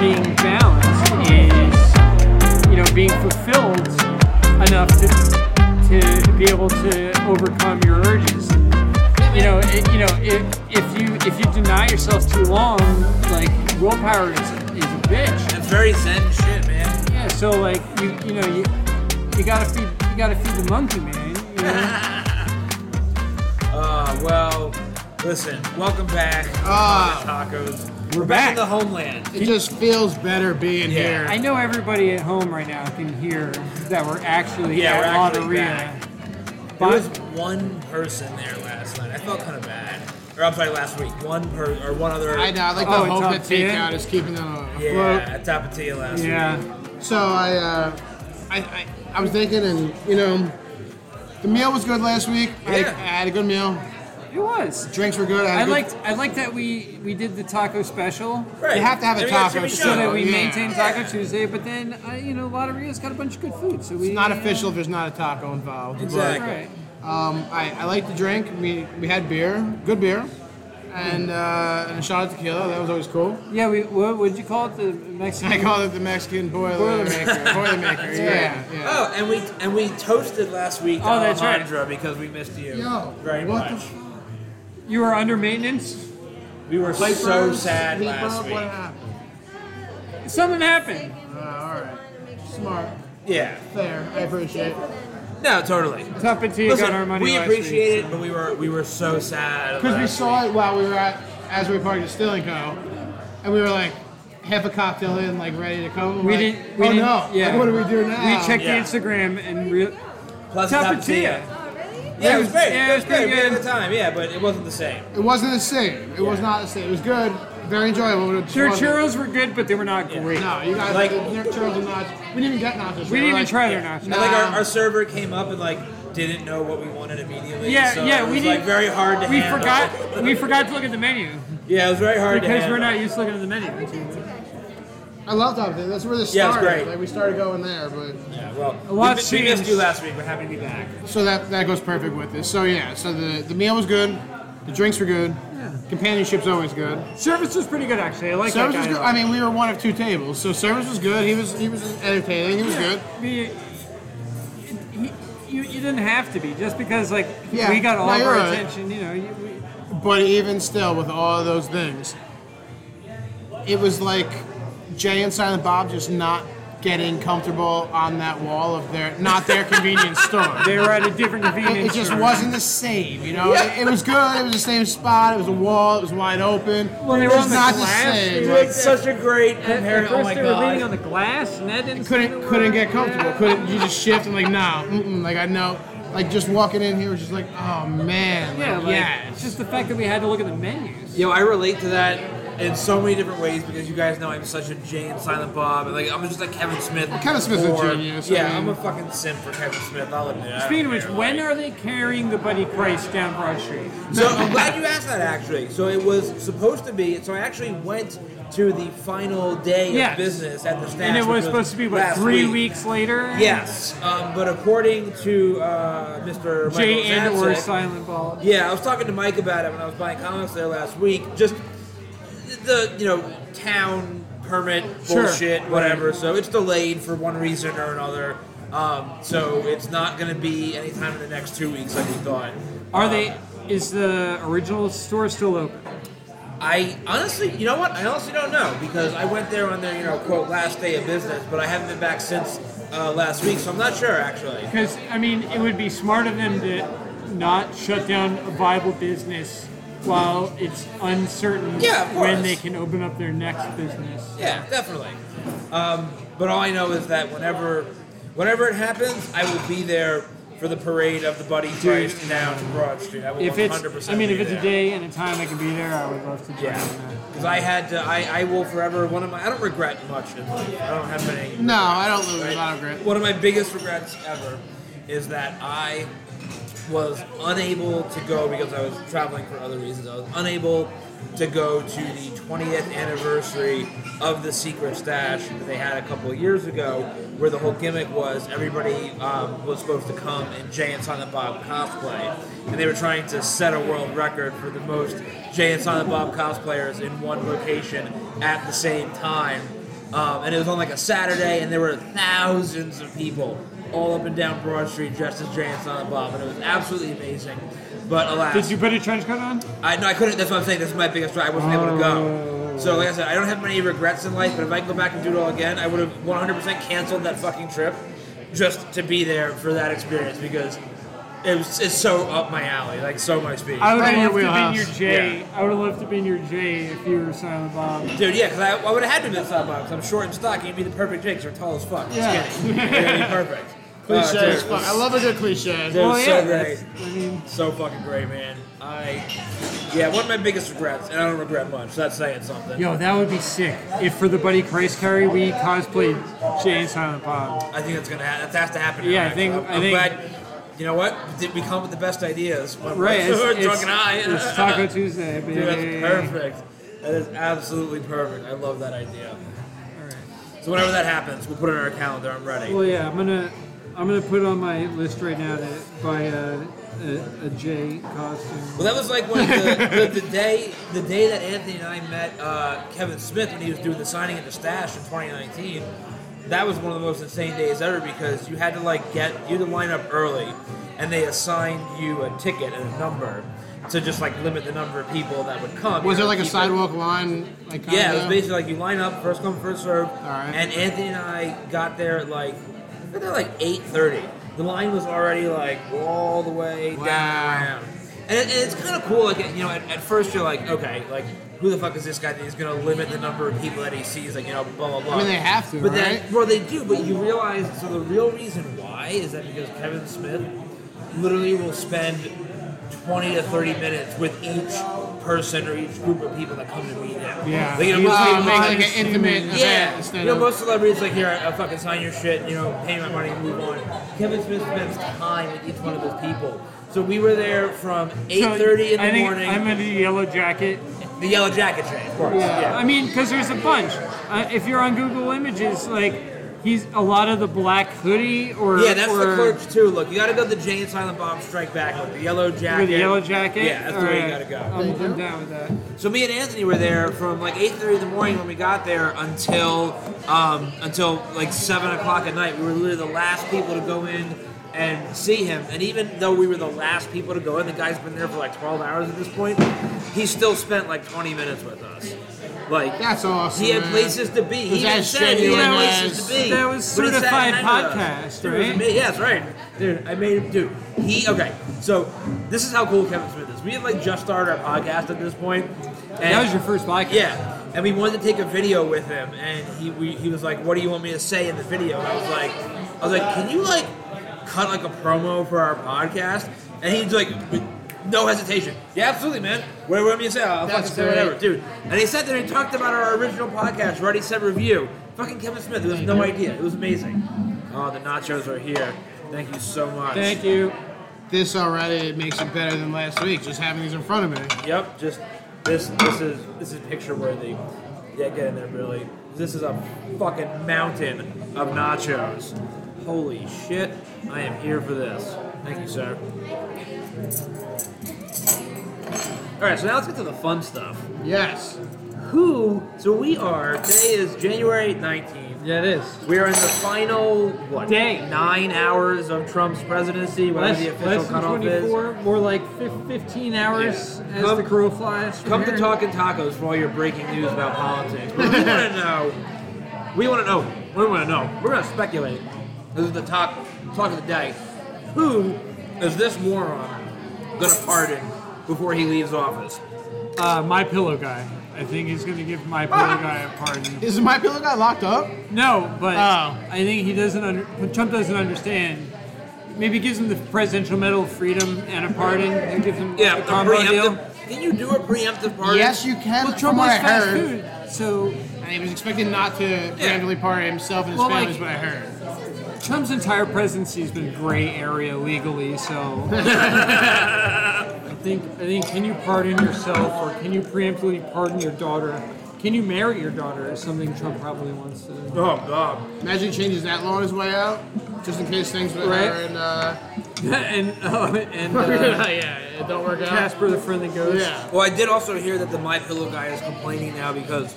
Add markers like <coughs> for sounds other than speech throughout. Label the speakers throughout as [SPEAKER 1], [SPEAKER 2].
[SPEAKER 1] being balanced is you know being fulfilled enough to to be able to overcome your urges. You know, it, you know, if if you if you deny yourself too long, like willpower is, is a bitch.
[SPEAKER 2] That's very zen shit, man.
[SPEAKER 1] Yeah, so like you you know you you gotta feed you gotta feed the monkey, man.
[SPEAKER 2] <laughs>
[SPEAKER 1] You know?
[SPEAKER 2] Uh, well, listen, welcome back.
[SPEAKER 3] Ah.
[SPEAKER 2] to tacos.
[SPEAKER 1] We're
[SPEAKER 2] in
[SPEAKER 1] back.
[SPEAKER 2] the homeland.
[SPEAKER 3] It just feels better being
[SPEAKER 2] Yeah.
[SPEAKER 3] here.
[SPEAKER 1] I know everybody at home right now can hear that we're actually
[SPEAKER 2] Yeah,
[SPEAKER 1] at
[SPEAKER 2] we're actually
[SPEAKER 1] Lotteria.
[SPEAKER 2] There
[SPEAKER 1] But
[SPEAKER 2] was one person there last night. I felt kind of bad. Or I'm sorry, last week. One per or one other.
[SPEAKER 3] I know. I like
[SPEAKER 1] Oh,
[SPEAKER 3] the
[SPEAKER 1] it's
[SPEAKER 3] hope
[SPEAKER 1] up
[SPEAKER 3] that
[SPEAKER 1] to you?
[SPEAKER 3] takeout is keeping them alive.
[SPEAKER 2] Yeah,
[SPEAKER 1] Well-
[SPEAKER 2] at Tapatia last
[SPEAKER 1] yeah,
[SPEAKER 3] So I, uh, I, I, I was thinking, and you know, the meal was good last week. I,
[SPEAKER 2] Yeah.
[SPEAKER 3] I had a good meal.
[SPEAKER 1] it was.
[SPEAKER 3] Drinks were good. I, had a
[SPEAKER 1] I
[SPEAKER 3] good-
[SPEAKER 1] liked I liked that we we did the taco special
[SPEAKER 2] week. Right.
[SPEAKER 3] You have to have a
[SPEAKER 2] And we got
[SPEAKER 3] taco
[SPEAKER 2] Jimmy
[SPEAKER 3] so
[SPEAKER 1] so
[SPEAKER 2] John's.
[SPEAKER 1] that we
[SPEAKER 3] yeah.
[SPEAKER 1] maintain Taco Tuesday. But then uh, you know, Lotteria's got a bunch of good food, so we
[SPEAKER 3] It's not official if there's not a taco involved. but,
[SPEAKER 2] Exactly.
[SPEAKER 1] Right.
[SPEAKER 3] um, I, I like to drink. We we had beer, good beer, and uh, and a shot of tequila. That was always cool. <laughs>
[SPEAKER 1] Yeah, we what would you call it? The Mexican.
[SPEAKER 3] I call it the Mexican boiler maker. Boiler maker. Yeah. yeah.
[SPEAKER 2] Oh, and we and we toasted last week to
[SPEAKER 1] Oh, that's right.
[SPEAKER 2] Alejandra because we missed you
[SPEAKER 3] Yo,
[SPEAKER 2] very
[SPEAKER 3] what the
[SPEAKER 2] much.
[SPEAKER 3] f-
[SPEAKER 1] You were under maintenance.
[SPEAKER 2] we were so
[SPEAKER 3] Clippers?
[SPEAKER 2] sad
[SPEAKER 3] Clippers?
[SPEAKER 2] last week.
[SPEAKER 3] What happened?
[SPEAKER 1] Something happened.
[SPEAKER 3] Uh, all right. Smart.
[SPEAKER 2] Yeah.
[SPEAKER 3] Fair. I appreciate it.
[SPEAKER 2] No, totally.
[SPEAKER 1] Tapatio got our
[SPEAKER 2] Listen,
[SPEAKER 1] money
[SPEAKER 2] we
[SPEAKER 1] last
[SPEAKER 2] appreciate it, but we were we were so sad.
[SPEAKER 3] Because we
[SPEAKER 2] last
[SPEAKER 3] saw it while we were at Asbury Park Distilling Co. And we were like half a cocktail in, like ready to come. We're
[SPEAKER 1] We
[SPEAKER 3] like,
[SPEAKER 1] didn't.
[SPEAKER 3] oh
[SPEAKER 1] We didn't,
[SPEAKER 3] no!
[SPEAKER 1] Yeah.
[SPEAKER 3] Like, what do we do now?
[SPEAKER 1] We checked
[SPEAKER 2] Yeah.
[SPEAKER 1] the Instagram and re-
[SPEAKER 2] week. Plus
[SPEAKER 1] Tapatio.
[SPEAKER 2] Yeah, it was great.
[SPEAKER 1] Yeah,
[SPEAKER 2] it was
[SPEAKER 1] it was
[SPEAKER 2] great.
[SPEAKER 1] pretty
[SPEAKER 2] We had a
[SPEAKER 1] good.
[SPEAKER 2] good time. Yeah, but it wasn't the same.
[SPEAKER 3] It wasn't the same. It was not the same. It was good. Very enjoyable. but it just
[SPEAKER 1] Their
[SPEAKER 3] wasn't-
[SPEAKER 1] churros were good, but they were not great.
[SPEAKER 3] No, you guys
[SPEAKER 2] Like-
[SPEAKER 3] like their churros and nachos. We didn't even get nachos.
[SPEAKER 1] We didn't even
[SPEAKER 3] like,
[SPEAKER 1] try their
[SPEAKER 2] Yeah.
[SPEAKER 1] nachos.
[SPEAKER 2] And like our,
[SPEAKER 3] Nah.
[SPEAKER 2] our server came up and like didn't know what we wanted immediately.
[SPEAKER 1] Yeah,
[SPEAKER 2] so
[SPEAKER 1] yeah,
[SPEAKER 2] it
[SPEAKER 1] we
[SPEAKER 2] was,
[SPEAKER 1] did.
[SPEAKER 2] like very hard to
[SPEAKER 1] We
[SPEAKER 2] handle.
[SPEAKER 1] forgot. We forgot to look at the menu
[SPEAKER 2] Yeah, it was very hard to
[SPEAKER 1] because
[SPEAKER 2] handle.
[SPEAKER 1] we're not used to looking at the menu.
[SPEAKER 3] I loved everything. That's where this
[SPEAKER 2] Yeah, it was
[SPEAKER 3] started.
[SPEAKER 2] great.
[SPEAKER 3] Like we started going there, but
[SPEAKER 2] Yeah, well,
[SPEAKER 1] A lot
[SPEAKER 2] we, we missed
[SPEAKER 1] changed.
[SPEAKER 2] you last week. We're happy to be back.
[SPEAKER 3] so that that goes perfect with this. So yeah, so the the meal was good. The drinks were good. Companionship's always good.
[SPEAKER 1] Service was pretty good actually. I like
[SPEAKER 3] Service
[SPEAKER 1] that
[SPEAKER 3] was
[SPEAKER 1] guy.
[SPEAKER 3] good. I mean, we were one of two tables, so service was good. He was he was entertaining. He was good.
[SPEAKER 1] mean, you, you didn't have to be just because like
[SPEAKER 3] Yeah.
[SPEAKER 1] we got all
[SPEAKER 3] No,
[SPEAKER 1] of
[SPEAKER 3] you're
[SPEAKER 1] our
[SPEAKER 3] right.
[SPEAKER 1] attention. You know, you, we,
[SPEAKER 3] But even still, with all of those things, it was like Jay and Silent Bob just not getting comfortable on that wall of their
[SPEAKER 1] <laughs>
[SPEAKER 3] not their convenience store.
[SPEAKER 1] they were at a different
[SPEAKER 3] <laughs> It,
[SPEAKER 1] convenience.
[SPEAKER 3] it just
[SPEAKER 1] store.
[SPEAKER 3] wasn't the same, you know. It, it was good. It was the same spot. It was a wall. It was wide open.
[SPEAKER 1] Well, they
[SPEAKER 3] it
[SPEAKER 1] were
[SPEAKER 3] was
[SPEAKER 1] on the
[SPEAKER 3] not
[SPEAKER 1] glass.
[SPEAKER 3] the same.
[SPEAKER 1] They
[SPEAKER 3] Like,
[SPEAKER 1] were-
[SPEAKER 2] It's such a great
[SPEAKER 1] At, at
[SPEAKER 2] comparison.
[SPEAKER 1] first
[SPEAKER 2] Oh my
[SPEAKER 1] they were reading on
[SPEAKER 2] god.
[SPEAKER 1] the glass, and that didn't seem
[SPEAKER 3] couldn't
[SPEAKER 1] to
[SPEAKER 3] couldn't
[SPEAKER 1] work.
[SPEAKER 3] get comfortable.
[SPEAKER 1] Yeah.
[SPEAKER 3] Couldn't you just shift and like nah, mm-mm, like I know, like just walking in here was just like oh man,
[SPEAKER 1] Yeah,
[SPEAKER 3] like,
[SPEAKER 1] like,
[SPEAKER 3] yes.
[SPEAKER 1] It's just the fact that we had to look at the menus.
[SPEAKER 2] Yo, I relate to that in so many different ways because you guys know I'm such a Jay and Silent Bob, and like I'm just like Kevin Smith.
[SPEAKER 3] Kevin Smith's a
[SPEAKER 2] or-
[SPEAKER 3] genius, I
[SPEAKER 2] Yeah,
[SPEAKER 3] mean.
[SPEAKER 2] I'm a fucking simp for Kevin Smith. I'll admit. it. I don't
[SPEAKER 1] Speaking of which,
[SPEAKER 2] care,
[SPEAKER 1] when
[SPEAKER 2] like-
[SPEAKER 1] are they carrying the Buddy Christ down Broad Street?
[SPEAKER 2] <laughs> So I'm glad you asked that actually. So it was supposed to be. So I actually went to the final day
[SPEAKER 1] Yes.
[SPEAKER 2] of business at the stash.
[SPEAKER 1] And it
[SPEAKER 2] which
[SPEAKER 1] was supposed to be what
[SPEAKER 2] last
[SPEAKER 1] three
[SPEAKER 2] week.
[SPEAKER 1] weeks later.
[SPEAKER 2] Yes, um, but according to uh, Mr. Michael
[SPEAKER 1] Jay and or
[SPEAKER 2] Zatsik-
[SPEAKER 1] Silent Ball.
[SPEAKER 2] Yeah, I was talking to Mike about it when I was buying comics there last week. Just the you know town permit
[SPEAKER 1] Sure.
[SPEAKER 2] bullshit, whatever. So it's delayed for one reason or another. Um, so it's not going to be anytime in the next two weeks like we thought.
[SPEAKER 1] Are
[SPEAKER 2] Um,
[SPEAKER 1] they? Is the original store still open?
[SPEAKER 2] I honestly, you know what? I honestly don't know because I went there on their, you know, quote, last day of business, but I haven't been back since uh, last week, so I'm not sure actually.
[SPEAKER 1] Because I mean, it would be smart of them to not shut down a viable business while it's uncertain
[SPEAKER 2] Yeah, of
[SPEAKER 1] when
[SPEAKER 2] course.
[SPEAKER 1] they can open up their next business.
[SPEAKER 2] Yeah, definitely. Um, but all I know is that whenever, whenever it happens, I will be there for the parade of the Buddy Christ down Broad Street. I will
[SPEAKER 1] If
[SPEAKER 2] 100.
[SPEAKER 1] it's, I mean, if it's a day and a time I can be there, I would love to join.
[SPEAKER 2] Yeah, because I had to. I, I will forever. One of my. I don't regret much in life. I don't have many.
[SPEAKER 3] no, I don't lose a lot of grit.
[SPEAKER 2] One of my biggest regrets ever is that I was unable to go because I was traveling for other reasons. I was unable to go to the 20th anniversary of the Secret Stash that they had a couple of years ago, where the whole gimmick was everybody um, was supposed to come in Jay and Silent Bob cosplay, and they were trying to set a world record for the most Jay and Silent Bob cosplayers in one location at the same time Um, and it was on like a Saturday, and there were thousands of people all up and down Broad Street dressed as Jay and Silent Bob, and it was absolutely amazing. But alas,
[SPEAKER 1] Did you put a trench coat on?
[SPEAKER 2] I no, I couldn't. That's what I'm saying. That's my biggest regret. I wasn't able to
[SPEAKER 1] Oh.
[SPEAKER 2] go. So, like I said, I don't have many regrets in life. But if I could go back and do it all again, I would have 100% canceled that fucking trip just to be there for that experience because it was it's so up my alley, like so much speed.
[SPEAKER 1] I would
[SPEAKER 3] Right in
[SPEAKER 1] have
[SPEAKER 3] your
[SPEAKER 1] loved to have been your
[SPEAKER 3] wheelhouse.
[SPEAKER 1] Jay. I would have loved to have been your Jay if you were Silent Bob.
[SPEAKER 2] Dude, yeah, because I, I would have had to miss that box. I'm short and stocky. You'd be the perfect Jake. You're tall as fuck. Just
[SPEAKER 3] Yeah.
[SPEAKER 2] kidding. You're gonna
[SPEAKER 1] <laughs>
[SPEAKER 2] be perfect.
[SPEAKER 3] Cliche
[SPEAKER 2] Uh, dude,
[SPEAKER 3] as fuck. I love a good cliche.
[SPEAKER 2] Dude,
[SPEAKER 1] Well,
[SPEAKER 2] so
[SPEAKER 1] yeah,
[SPEAKER 2] great.
[SPEAKER 1] that's- I mean,
[SPEAKER 2] So fucking great, man. I, yeah, one of my biggest regrets, and I don't regret much. So that's saying something.
[SPEAKER 1] yo, that would be sick if for the Buddy Christ carry we cosplayed Jay and Silent Bob.
[SPEAKER 2] I think that's gonna ha- that has to happen.
[SPEAKER 1] Yeah, I
[SPEAKER 2] actually.
[SPEAKER 1] think-
[SPEAKER 2] I'm,
[SPEAKER 1] I
[SPEAKER 2] I'm
[SPEAKER 1] think-
[SPEAKER 2] glad. You know what? Did we come up with the best ideas? When
[SPEAKER 1] Right,
[SPEAKER 2] <laughs> we're
[SPEAKER 1] it's, it's,
[SPEAKER 2] drunk and high.
[SPEAKER 1] it's Taco Tuesday. baby.
[SPEAKER 2] <laughs> Dude, that's perfect. That is absolutely perfect. I love that idea.
[SPEAKER 1] All right.
[SPEAKER 2] So whenever that happens, we'll put it in our calendar. I'm ready.
[SPEAKER 1] Well, yeah, I'm gonna I'm gonna put on my list right now to buy a, a, a Jay costume.
[SPEAKER 2] Well, that was like when the, the, the day the day that Anthony and I met uh, Kevin Smith when he was doing the signing at the stash in 2019. That was one of the most insane days ever because you had to like get you had to line up early, and they assigned you a ticket and a number to just like limit the number of people that would come.
[SPEAKER 3] Was
[SPEAKER 2] You
[SPEAKER 3] there
[SPEAKER 2] know,
[SPEAKER 3] like a
[SPEAKER 2] people-
[SPEAKER 3] sidewalk line? Like
[SPEAKER 2] Yeah, it was
[SPEAKER 3] kinda?
[SPEAKER 2] basically like you line up first come first serve,
[SPEAKER 3] right.
[SPEAKER 2] and Anthony and I got there at like I got there at like 8:30. The line was already like all the way
[SPEAKER 3] Wow.
[SPEAKER 2] down. around. And, it, and it's kind of cool. Like you know, at, at first you're like, okay, like who the fuck is this guy that he's gonna limit the number of people that he sees? Like you know, blah blah blah.
[SPEAKER 3] I mean, they have to,
[SPEAKER 2] But
[SPEAKER 3] right?
[SPEAKER 2] then, well, they do. But you realize so the real reason why is that because Kevin Smith literally will spend 20 to 30 minutes with each person or each group of people that come to meet him.
[SPEAKER 1] Yeah.
[SPEAKER 2] Like, you know,
[SPEAKER 1] He's
[SPEAKER 2] most
[SPEAKER 3] Wow,
[SPEAKER 2] people-
[SPEAKER 3] make like
[SPEAKER 1] modest
[SPEAKER 3] an intimate
[SPEAKER 1] image.
[SPEAKER 3] event
[SPEAKER 2] yeah, you
[SPEAKER 3] instead
[SPEAKER 2] know,
[SPEAKER 3] of-
[SPEAKER 2] most celebrities like here, I fucking sign your shit, you know, pay my money, and move on. Kevin Smith spends time with each one of those people. So we were there from 8:30 in the
[SPEAKER 1] I think
[SPEAKER 2] morning.
[SPEAKER 1] I'm in a yellow jacket.
[SPEAKER 2] the Yellow Jacket train, of course. Yeah.
[SPEAKER 1] I mean, because there's a bunch. Uh, if you're on Google Images, like he's a lot of the black hoodie or
[SPEAKER 2] Yeah, that's
[SPEAKER 1] or
[SPEAKER 2] the clerks too. Look, you got to go the Jay and Silent Bob Strike Back with the yellow jacket.
[SPEAKER 1] or the yellow jacket.
[SPEAKER 2] Yeah, that's the way you got to
[SPEAKER 1] Alright,
[SPEAKER 2] go.
[SPEAKER 1] I'm, I'm down with that.
[SPEAKER 2] So me and Anthony were there from like 8:30 in the morning when we got there until um, until like seven o'clock at night. We were literally the last people to go in and see him. And even though we were the last people to go in, the guy's been there for like 12 hours at this point. He still spent like 20 minutes with us. Like
[SPEAKER 3] That's awesome.
[SPEAKER 2] he had
[SPEAKER 3] man.
[SPEAKER 2] places to be. He
[SPEAKER 3] Was
[SPEAKER 2] even
[SPEAKER 3] that
[SPEAKER 2] said he had
[SPEAKER 3] genuine
[SPEAKER 2] places
[SPEAKER 3] as-
[SPEAKER 2] to be.
[SPEAKER 1] That was
[SPEAKER 2] But he sat
[SPEAKER 1] certified
[SPEAKER 2] next to us.
[SPEAKER 1] podcast,
[SPEAKER 2] Dude, it was
[SPEAKER 1] right?
[SPEAKER 2] ama- Yes, right. Dude, I made him do. He okay. So this is how cool Kevin Smith is. We had like just started our podcast at this point. And
[SPEAKER 1] That was your first podcast.
[SPEAKER 2] yeah, and we wanted to take a video with him, and he we, he was like, "What do you want me to say in the video?" And I was like, "I was like, can you like cut like a promo for our podcast?" And he's like, with no hesitation, "Yeah, absolutely, man. Whatever you want me to say, I'll
[SPEAKER 3] That's
[SPEAKER 2] fucking say whatever,
[SPEAKER 3] great.
[SPEAKER 2] dude." And he sat there and he talked about our original podcast, Ready Set Review. Fucking Kevin Smith, it was no idea. It was amazing. Oh, the nachos are here. Thank you so much.
[SPEAKER 1] Thank you.
[SPEAKER 3] This already makes it better than last week. Just having these in front of me.
[SPEAKER 2] Yep, just this this is this is picture worthy. Yeah, get in there, Billy. This is a fucking mountain of nachos. Holy shit, I am here for this. Thank you, sir. Alright, so now let's get to the fun stuff.
[SPEAKER 3] Yes.
[SPEAKER 2] Who so we are today is January 19th.
[SPEAKER 1] Yeah, it is.
[SPEAKER 2] We are in the final what
[SPEAKER 1] Day.
[SPEAKER 2] nine hours of Trump's presidency, whatever
[SPEAKER 1] Less,
[SPEAKER 2] the
[SPEAKER 1] less
[SPEAKER 2] official
[SPEAKER 1] than
[SPEAKER 2] cutoff is.
[SPEAKER 1] 24, more like fif- 15 hours
[SPEAKER 2] Yeah.
[SPEAKER 1] as
[SPEAKER 2] Come-
[SPEAKER 1] the crow flies. from
[SPEAKER 2] Come
[SPEAKER 1] here.
[SPEAKER 2] to Talking Tacos for all your breaking news about politics. But we want
[SPEAKER 3] <laughs>
[SPEAKER 2] to know. We want to know. We want to know. We're going to speculate. This is the talk talk of the day. Who is this moron going to pardon before he leaves office?
[SPEAKER 1] Uh, my pillow guy. I think he's going to give my pillow guy a pardon.
[SPEAKER 3] Is my pillow guy locked up?
[SPEAKER 1] No, but
[SPEAKER 3] Oh.
[SPEAKER 1] I think he doesn't. Under, what Trump doesn't understand. Maybe gives him the Presidential Medal of Freedom and a pardon, and gives him
[SPEAKER 2] Yeah,
[SPEAKER 1] a
[SPEAKER 2] a
[SPEAKER 1] combo deal.
[SPEAKER 2] preemptive. Can you do a preemptive pardon?
[SPEAKER 3] Yes, you can.
[SPEAKER 1] Well, Trump
[SPEAKER 3] from what
[SPEAKER 1] was
[SPEAKER 3] I
[SPEAKER 1] fast
[SPEAKER 3] heard.
[SPEAKER 1] food, so
[SPEAKER 3] And he was expected not to randomly party himself and his
[SPEAKER 1] Well,
[SPEAKER 3] family,
[SPEAKER 1] like-
[SPEAKER 3] is what I heard.
[SPEAKER 1] Trump's entire presidency has been gray area legally. <laughs> So I think I think can you pardon yourself, or can you preemptively pardon your daughter? Can you marry your daughter? Is something Trump probably wants <laughs> to.
[SPEAKER 2] Oh, God.
[SPEAKER 3] Imagine he changes that law on his way out, just in case things with
[SPEAKER 1] Right.
[SPEAKER 3] her and uh,
[SPEAKER 1] and oh, <laughs> and uh,
[SPEAKER 3] yeah, it don't work out.
[SPEAKER 1] Casper the Friendly Ghost.
[SPEAKER 3] Yeah.
[SPEAKER 2] Well, I did also hear that the My Pillow guy is complaining now because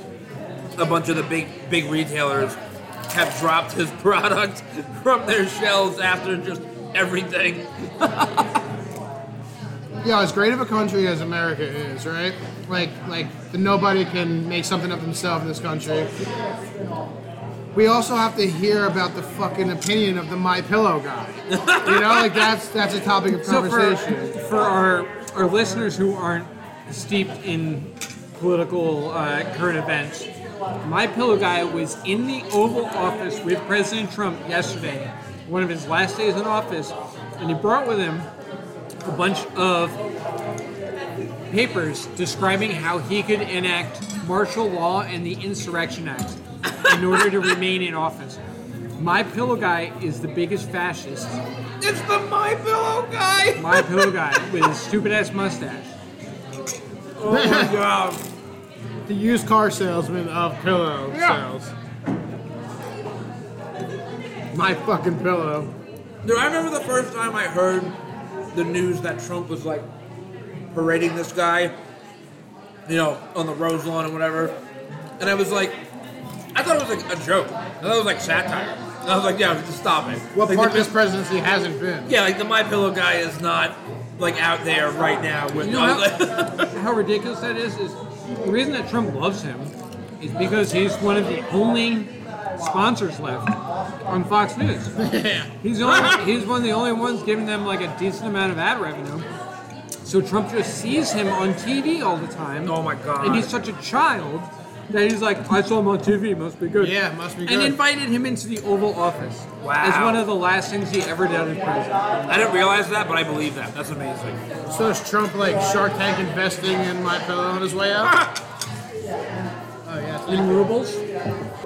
[SPEAKER 2] a bunch of the big big retailers have dropped his <laughs> product from their shelves after just everything.
[SPEAKER 3] Yeah, as great of a country as America is, right? Like, like the nobody can make something up themselves in this country. We also have to hear about the fucking opinion of the My Pillow guy. You know, like that's that's a topic
[SPEAKER 1] <laughs>
[SPEAKER 3] of
[SPEAKER 1] So for,
[SPEAKER 3] conversation.
[SPEAKER 1] for our, our listeners who aren't steeped in political uh, current events, my pillow guy was in the Oval Office with President Trump yesterday, one of his last days in office, and he brought with him a bunch of papers describing how he could enact martial law and the Insurrection Act in order to remain in office. My pillow guy is the biggest fascist
[SPEAKER 2] It's the My Pillow guy.
[SPEAKER 1] my pillow guy with his stupid ass mustache.
[SPEAKER 2] Oh my god.
[SPEAKER 3] the used car salesman of pillow
[SPEAKER 2] Yeah.
[SPEAKER 3] sales. My fucking pillow.
[SPEAKER 2] Dude, I remember the first time I heard the news that Trump was like parading this guy, you know, on the Rose lawn and whatever. And I was like, I thought it was like a joke. I thought it was like satire. And I was like, yeah, just stop it.
[SPEAKER 3] What
[SPEAKER 2] Like,
[SPEAKER 3] part of
[SPEAKER 2] the-
[SPEAKER 3] this presidency hasn't been?
[SPEAKER 2] Yeah, like the My Pillow guy is not like out there right now with.
[SPEAKER 1] You know
[SPEAKER 2] <laughs>
[SPEAKER 1] how, how ridiculous that is? Is the reason that Trump loves him is because he's one of the only sponsors left on Fox News. He's the only, he's one of the only ones giving them like a decent amount of ad revenue. So Trump just sees him on TV all the time.
[SPEAKER 2] Oh my God.
[SPEAKER 1] And he's such a child that he's like, I saw him on TV, must be good.
[SPEAKER 3] Yeah, must be
[SPEAKER 1] And
[SPEAKER 3] good.
[SPEAKER 1] invited him into the Oval Office.
[SPEAKER 2] Wow.
[SPEAKER 1] As one of the last things he ever did as president.
[SPEAKER 2] I didn't realize that, but I believe that. That's amazing.
[SPEAKER 3] So is Trump like Shark Tank investing in my pillow on his way out? oh yeah.
[SPEAKER 1] In rubles?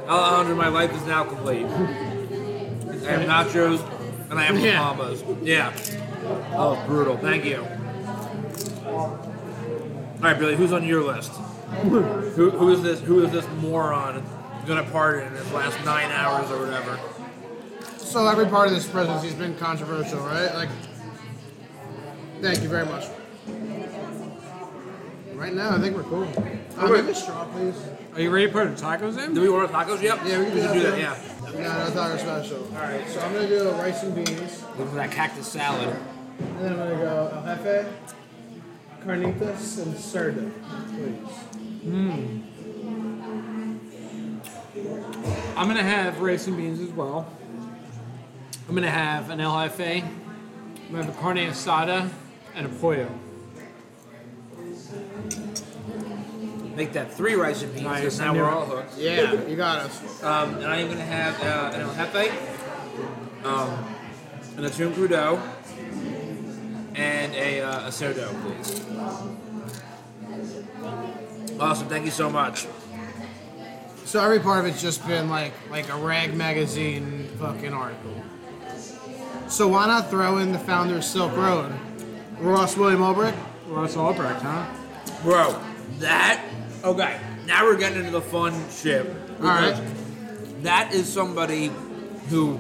[SPEAKER 2] Alejandro, my life is now complete. I have nachos and I have
[SPEAKER 3] Yeah.
[SPEAKER 2] papamas. Yeah. Oh, brutal. Thank you. All right, Billy, who's on your
[SPEAKER 3] <laughs>
[SPEAKER 2] list? who, who is this? Who is this moron gonna pardon in his last nine hours or whatever?
[SPEAKER 3] So every part of this presidency has been controversial, right? Like, thank you very much. Right now, I think we're cool. Uh,
[SPEAKER 2] Okay.
[SPEAKER 3] give me a straw, please.
[SPEAKER 1] Are you ready to put tacos in?
[SPEAKER 2] Do we order tacos yet?
[SPEAKER 3] Yeah, we can do that.
[SPEAKER 2] do that. Yeah.
[SPEAKER 3] Yeah, I thought it was special. All right, so I'm gonna do rice and beans,
[SPEAKER 2] Look for that cactus salad.
[SPEAKER 3] and then I'm gonna go al jefe, carnitas, and cerdo, please.
[SPEAKER 1] I'm gonna have rice and beans as well. I'm gonna have an LFA. I'm gonna have a carne asada and a pollo.
[SPEAKER 2] Make that three rice and beans. 'cause
[SPEAKER 1] Nice, I
[SPEAKER 2] Now
[SPEAKER 1] knew
[SPEAKER 2] we're
[SPEAKER 1] it.
[SPEAKER 2] all hooked.
[SPEAKER 3] Yeah, you got us.
[SPEAKER 2] Um, and I am gonna have uh, an el jefe, um, an atún crudo, and a, uh, a cerdo, please. Awesome, thank you so much.
[SPEAKER 3] So every part of it's just been like like a rag magazine fucking article. So why not throw in the founder of Silk Road, Ross William Ulbricht?
[SPEAKER 1] Ross Albrecht, huh?
[SPEAKER 2] Bro, that, okay, now we're getting into the fun shit.
[SPEAKER 3] right.
[SPEAKER 2] because That is somebody who,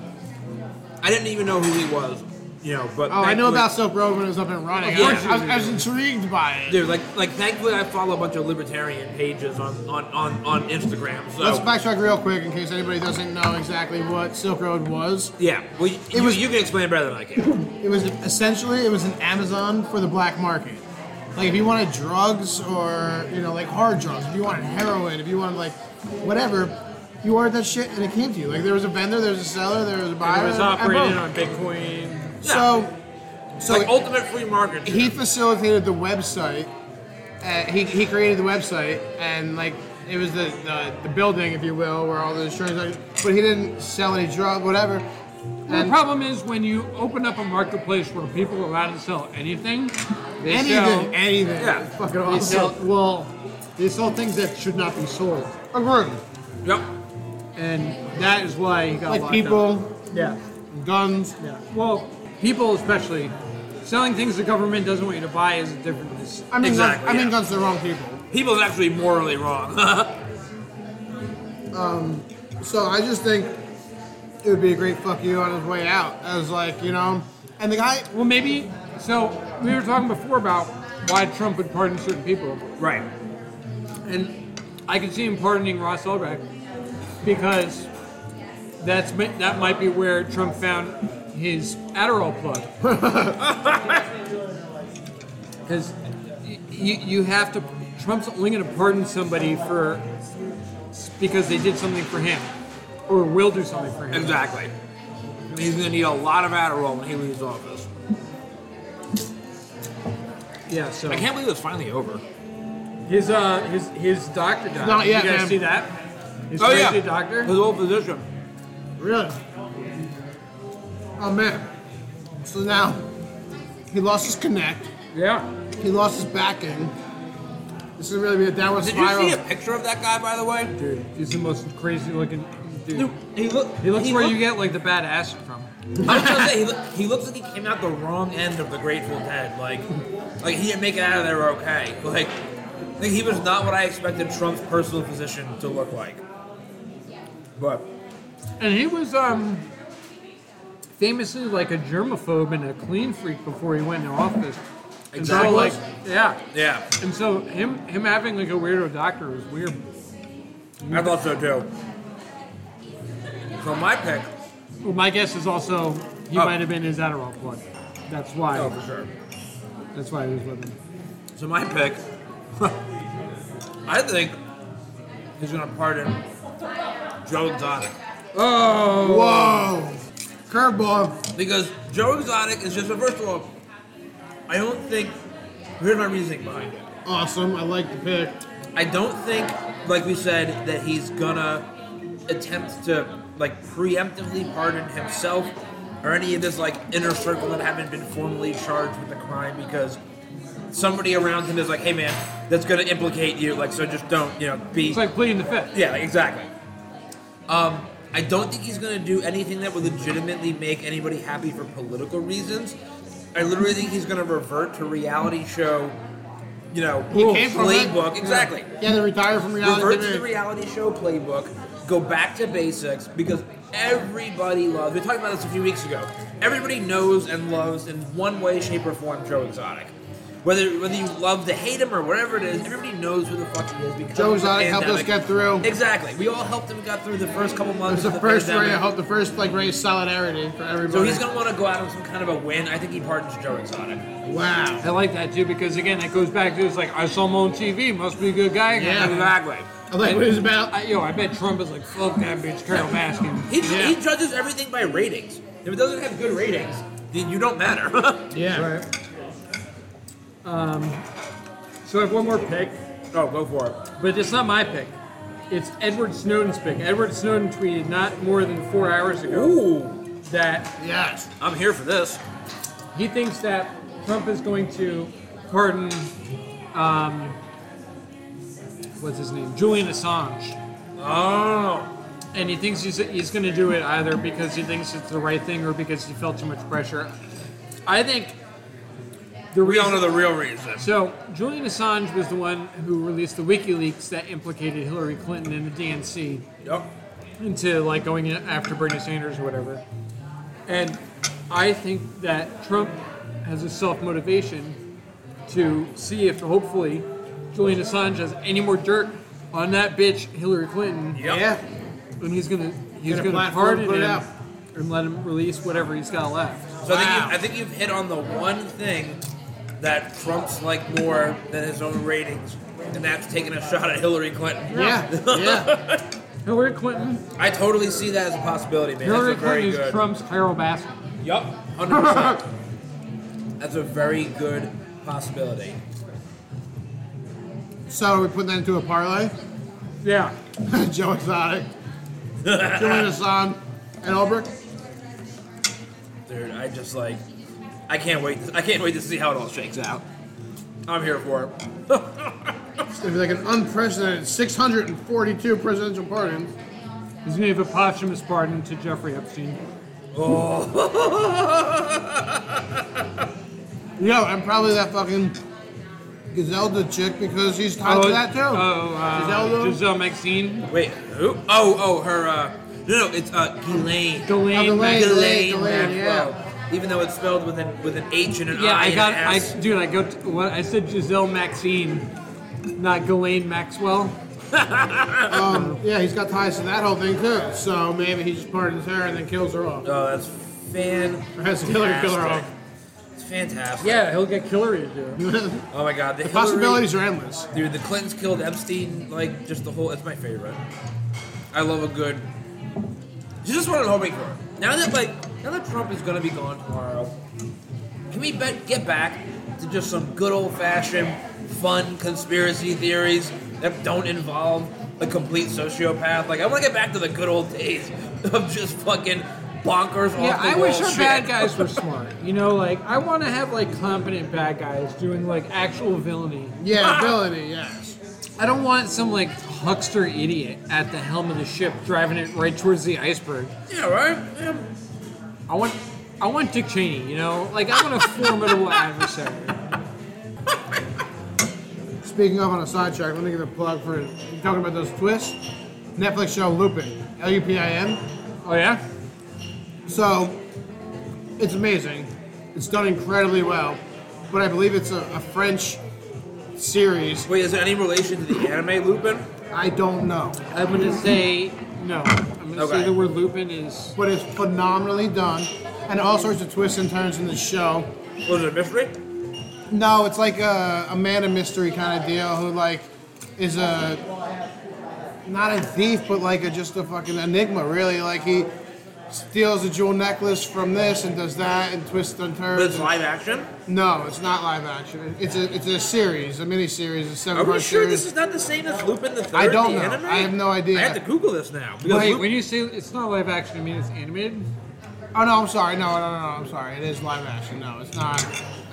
[SPEAKER 2] I didn't even know who he was, you know, but.
[SPEAKER 3] Oh, I know
[SPEAKER 2] thankfully-
[SPEAKER 3] about Silk Road when it was up and running.
[SPEAKER 2] Of
[SPEAKER 3] I,
[SPEAKER 2] course
[SPEAKER 3] was, I was- I was intrigued by it.
[SPEAKER 2] Dude, like, like, thankfully, I follow a bunch of libertarian pages on on on, on Instagram. So
[SPEAKER 3] Let's backtrack real quick in case anybody doesn't know exactly what Silk Road was.
[SPEAKER 2] yeah, well, you,
[SPEAKER 3] It was-
[SPEAKER 2] you can explain it better than I can.
[SPEAKER 3] It was essentially it was an Amazon for the black market. Like if you wanted drugs or you know like hard drugs, if you wanted heroin, if you wanted like whatever, you ordered that shit and it came to you. Like there was a vendor, there was a seller, there was a buyer.
[SPEAKER 1] It was
[SPEAKER 3] and- and
[SPEAKER 1] operated
[SPEAKER 3] boom.
[SPEAKER 1] on Bitcoin.
[SPEAKER 3] So, so
[SPEAKER 2] like ultimate free market. shit.
[SPEAKER 3] he facilitated the website. Uh, he, he created the website and like it was the, the, the building, if you will, where all the insurance. But he didn't sell any drug, whatever.
[SPEAKER 1] The
[SPEAKER 3] And
[SPEAKER 1] problem is when you open up a marketplace where people are allowed to sell anything, they sell,
[SPEAKER 3] anything, anything.
[SPEAKER 2] Yeah.
[SPEAKER 3] fucking
[SPEAKER 4] They sell,
[SPEAKER 3] awesome.
[SPEAKER 4] well, they sell things that should not be sold.
[SPEAKER 3] Agree.
[SPEAKER 2] Yep.
[SPEAKER 4] And that is why he got
[SPEAKER 3] Like
[SPEAKER 4] locked up.
[SPEAKER 3] people,
[SPEAKER 4] Yeah,
[SPEAKER 3] guns.
[SPEAKER 4] yeah.
[SPEAKER 1] well, people especially, selling things the government doesn't want you to buy is a different. Is,
[SPEAKER 3] I mean,
[SPEAKER 2] Exactly,
[SPEAKER 3] guns, I
[SPEAKER 2] yeah.
[SPEAKER 3] mean guns to the wrong people.
[SPEAKER 2] People's actually morally wrong. <laughs>
[SPEAKER 3] So I just think it would be a great fuck you on his way out. I was like, you know, and the guy
[SPEAKER 1] well, maybe. So we were talking before about why Trump would pardon certain people.
[SPEAKER 2] right. And
[SPEAKER 1] I can see him pardoning Ross Ulbricht because that's mi- that might be where Trump found his Adderall plug. <laughs> Because you you have to Trump's only going to pardon somebody for because they did something for him or will do something for him.
[SPEAKER 2] Exactly. He's going to need a lot of Adderall when he leaves office.
[SPEAKER 1] Yeah. So
[SPEAKER 2] I can't believe it's finally over.
[SPEAKER 1] his uh his his doctor died.
[SPEAKER 3] Not yet,
[SPEAKER 1] you guys
[SPEAKER 3] man.
[SPEAKER 1] see that? His
[SPEAKER 2] Oh,
[SPEAKER 1] crazy
[SPEAKER 2] yeah.
[SPEAKER 1] doctor.
[SPEAKER 2] His old physician.
[SPEAKER 3] Really? Oh man. So now he lost his connect.
[SPEAKER 1] Yeah.
[SPEAKER 3] He lost his backing. This is really be a downward
[SPEAKER 2] Did you
[SPEAKER 3] spiral.
[SPEAKER 2] see a picture of that guy, by the way?
[SPEAKER 1] Dude, he's the most crazy looking dude.
[SPEAKER 2] He, look,
[SPEAKER 1] He looks where you get like the bad acid from.
[SPEAKER 2] I was gonna say, he, look, he looks like he came out the wrong end of the Grateful Dead. Like, like he didn't make it out of there okay. Like, like he was not what I expected Trump's personal physician to look like. But
[SPEAKER 1] And he was um famously like a germaphobe and a clean freak before he went into office. And so,
[SPEAKER 2] Exactly.
[SPEAKER 1] like, yeah.
[SPEAKER 2] yeah,
[SPEAKER 1] And so him him having like a weirdo doctor was weird.
[SPEAKER 2] I thought so too. So my pick,
[SPEAKER 1] Well, my guess is also he
[SPEAKER 2] Oh.
[SPEAKER 1] might have been his Adderall plug. That's why.
[SPEAKER 2] oh for sure.
[SPEAKER 1] That's why he was with him.
[SPEAKER 2] So my pick, <laughs> I think he's gonna pardon Joe Exotic
[SPEAKER 1] Oh.
[SPEAKER 3] Whoa! Curveball.
[SPEAKER 2] because Joe Exotic is just a first of all. I don't think. Here's my reasoning behind it.
[SPEAKER 3] Awesome. I like the pick.
[SPEAKER 2] I don't think, like we said, that he's gonna attempt to like preemptively pardon himself or any of this like inner circle that haven't been formally charged with the crime because somebody around him is like, hey man, that's gonna implicate you, like so just don't, you know, be
[SPEAKER 1] It's like pleading the fifth.
[SPEAKER 2] yeah, exactly. Um, I don't think he's going to do anything that would legitimately make anybody happy for political reasons. I literally think he's going to revert to reality show, you know,
[SPEAKER 3] came from it.
[SPEAKER 2] playbook. Exactly.
[SPEAKER 3] Yeah, they retired from reality.
[SPEAKER 2] Revert to
[SPEAKER 3] TV.
[SPEAKER 2] the reality show playbook. Go back to basics because everybody loves. We talked about this a few weeks ago. Everybody knows and loves in one way, shape, or form Joe Exotic. Whether whether you love to hate him or whatever it is, everybody knows who the fuck he is because
[SPEAKER 3] Joe
[SPEAKER 2] of the
[SPEAKER 3] Exotic helped us
[SPEAKER 2] pandemic.
[SPEAKER 3] get through.
[SPEAKER 2] Exactly. We all helped him get through the first couple months.
[SPEAKER 3] It's the
[SPEAKER 2] of
[SPEAKER 3] first ray
[SPEAKER 2] pandemic.
[SPEAKER 3] of hope, the first like ray of solidarity for everybody.
[SPEAKER 2] So he's gonna want to go out on some kind of a win. I think he pardons Joe Exotic.
[SPEAKER 3] wow.
[SPEAKER 1] I like that too because again, that goes back to it's like I saw him on TV, must be a good guy.
[SPEAKER 3] Yeah.
[SPEAKER 2] Exactly.
[SPEAKER 3] I like what it was about.
[SPEAKER 1] I, yo, I bet Trump is like, fuck that bitch, Carol Baskin.
[SPEAKER 2] He,
[SPEAKER 3] Yeah.
[SPEAKER 2] he judges everything by ratings. If it doesn't have good ratings, then you don't matter. <laughs>
[SPEAKER 3] Yeah.
[SPEAKER 1] Um, So I have one more pick,
[SPEAKER 2] Oh, go for it.
[SPEAKER 1] but it's not my pick. It's Edward Snowden's pick. Edward Snowden tweeted not more than four hours ago
[SPEAKER 2] Ooh,
[SPEAKER 1] that
[SPEAKER 3] Yes.
[SPEAKER 2] I'm here for this.
[SPEAKER 1] he thinks that Trump is going to pardon, um, what's his name, Julian Assange.
[SPEAKER 2] Oh,
[SPEAKER 1] and he thinks he's, he's going to do it either because he thinks it's the right thing or because he felt too much pressure. I think the
[SPEAKER 2] we all
[SPEAKER 1] reason.
[SPEAKER 2] know the real reason.
[SPEAKER 1] So Julian Assange was the one who released the WikiLeaks that implicated Hillary Clinton and the DNC
[SPEAKER 2] Yep.
[SPEAKER 1] into like going in after Bernie Sanders or whatever. And I think that Trump has a self motivation to see if hopefully Julian Assange has any more dirt on that bitch Hillary Clinton
[SPEAKER 3] Yeah.
[SPEAKER 1] and he's gonna he's
[SPEAKER 3] Get a
[SPEAKER 1] gonna
[SPEAKER 3] platform,
[SPEAKER 1] pardon
[SPEAKER 3] put it
[SPEAKER 1] him
[SPEAKER 3] out.
[SPEAKER 1] and let him release whatever he's got left.
[SPEAKER 2] So I think
[SPEAKER 3] Wow.
[SPEAKER 2] you, I think you've hit on the one thing that Trump's like more than his own ratings, and that's taking a shot at Hillary Clinton.
[SPEAKER 3] Yeah.
[SPEAKER 2] <laughs>
[SPEAKER 3] Yeah.
[SPEAKER 1] Hillary Clinton.
[SPEAKER 2] I totally see that as a possibility, man.
[SPEAKER 1] Hillary
[SPEAKER 2] that's a very
[SPEAKER 1] Clinton
[SPEAKER 2] good.
[SPEAKER 1] is Trump's Carol Baskin.
[SPEAKER 2] Yup, hundred percent. That's a very good possibility.
[SPEAKER 3] so are we putting that into a parlay? <laughs>
[SPEAKER 1] Yeah.
[SPEAKER 3] Joe Exotic, Julian Assange, and Albrecht.
[SPEAKER 2] Dude, I just like, I can't wait. I can't wait to see how it all shakes out. I'm here for it.
[SPEAKER 3] It's gonna be like an unprecedented 642 presidential pardons.
[SPEAKER 1] He's gonna give a posthumous pardon to Jeffrey Epstein.
[SPEAKER 2] Oh. <laughs>
[SPEAKER 3] Yo, and probably that fucking Giselda chick because he's tied to that too.
[SPEAKER 1] Oh, uh,
[SPEAKER 3] Giselle-
[SPEAKER 1] Giselle, Maxine.
[SPEAKER 2] Wait, who? Oh, oh, her. uh No, no, it's uh,
[SPEAKER 1] Ghislaine.
[SPEAKER 2] Ghislaine.
[SPEAKER 3] Ghislaine.
[SPEAKER 1] Maxwell.
[SPEAKER 2] Ghislaine
[SPEAKER 3] Ghislaine,
[SPEAKER 2] Maxwell. Even though it's spelled with an with an H and an
[SPEAKER 1] Yeah,
[SPEAKER 2] I,
[SPEAKER 1] I got.
[SPEAKER 2] and an
[SPEAKER 1] I
[SPEAKER 2] S.
[SPEAKER 1] dude, I got. What I said, Giselle Maxine, not Ghislaine Maxwell.
[SPEAKER 3] Um, yeah, he's got ties to that whole thing too. So maybe he just pardons her and then kills her <laughs> off.
[SPEAKER 2] Oh, that's fan.
[SPEAKER 3] Has to kill her, kill her off.
[SPEAKER 2] It's fantastic.
[SPEAKER 1] Yeah, he'll get Hillary to do it.
[SPEAKER 3] the
[SPEAKER 2] Oh my god. The, Hillary-
[SPEAKER 3] possibilities are endless.
[SPEAKER 2] Dude, the Clintons killed Epstein. Like, just the whole. That's my favorite. I love a good. You just want a homemaker. Now that like, now that Trump is gonna be gone tomorrow, can we bet, get back to just some good old fashioned, fun conspiracy theories that don't involve a complete sociopath? Like, I want to get back to the good old days <laughs> of just fucking bonkers.
[SPEAKER 1] Yeah,
[SPEAKER 2] off the
[SPEAKER 1] I wish
[SPEAKER 2] wall
[SPEAKER 1] our
[SPEAKER 2] shit.
[SPEAKER 1] bad guys were smart. You know, like I want to have like competent bad guys doing like actual villainy.
[SPEAKER 3] <laughs> Yeah, ability. Yes.
[SPEAKER 1] I don't want some like huckster idiot at the helm of the ship driving it right towards the iceberg.
[SPEAKER 2] Yeah, right. Yeah.
[SPEAKER 1] I want, I want Dick Cheney. You know, like I want a formidable adversary.
[SPEAKER 3] Speaking of on a sidetrack, let me give a plug for you talking about those twists. Netflix show Lupin, L U P I N.
[SPEAKER 1] Oh yeah,
[SPEAKER 3] So it's amazing. It's done incredibly well, but I believe it's a, a French series.
[SPEAKER 2] Wait, is there any relation to the anime Lupin?
[SPEAKER 3] I don't know,
[SPEAKER 1] I'm gonna say no. I'm gonna
[SPEAKER 2] Okay.
[SPEAKER 1] say the word Lupin is
[SPEAKER 3] but it's phenomenally done, and all sorts of twists and turns in the show.
[SPEAKER 2] Was it a mystery?
[SPEAKER 3] No, it's like a, a man of mystery kind of deal who like is a not a thief, but like a just a fucking enigma. Really, like he steals a jewel necklace from this and does that and twists and
[SPEAKER 2] But
[SPEAKER 3] turns.
[SPEAKER 2] it's live action.
[SPEAKER 3] no, it's not live action. It's a it's a series, a mini series, a seven
[SPEAKER 2] Are we
[SPEAKER 3] part
[SPEAKER 2] sure
[SPEAKER 3] series.
[SPEAKER 2] this is not the same as Lupin the Third?
[SPEAKER 3] I don't
[SPEAKER 2] the
[SPEAKER 3] know.
[SPEAKER 2] Anime?
[SPEAKER 3] I have no idea.
[SPEAKER 2] I have to Google this now. because
[SPEAKER 1] Wait,
[SPEAKER 2] Lupin-
[SPEAKER 1] when you say it's not live action, I mean it's animated.
[SPEAKER 3] oh no, I'm sorry. No, no, no, no, I'm sorry. It is live action. No, it's not.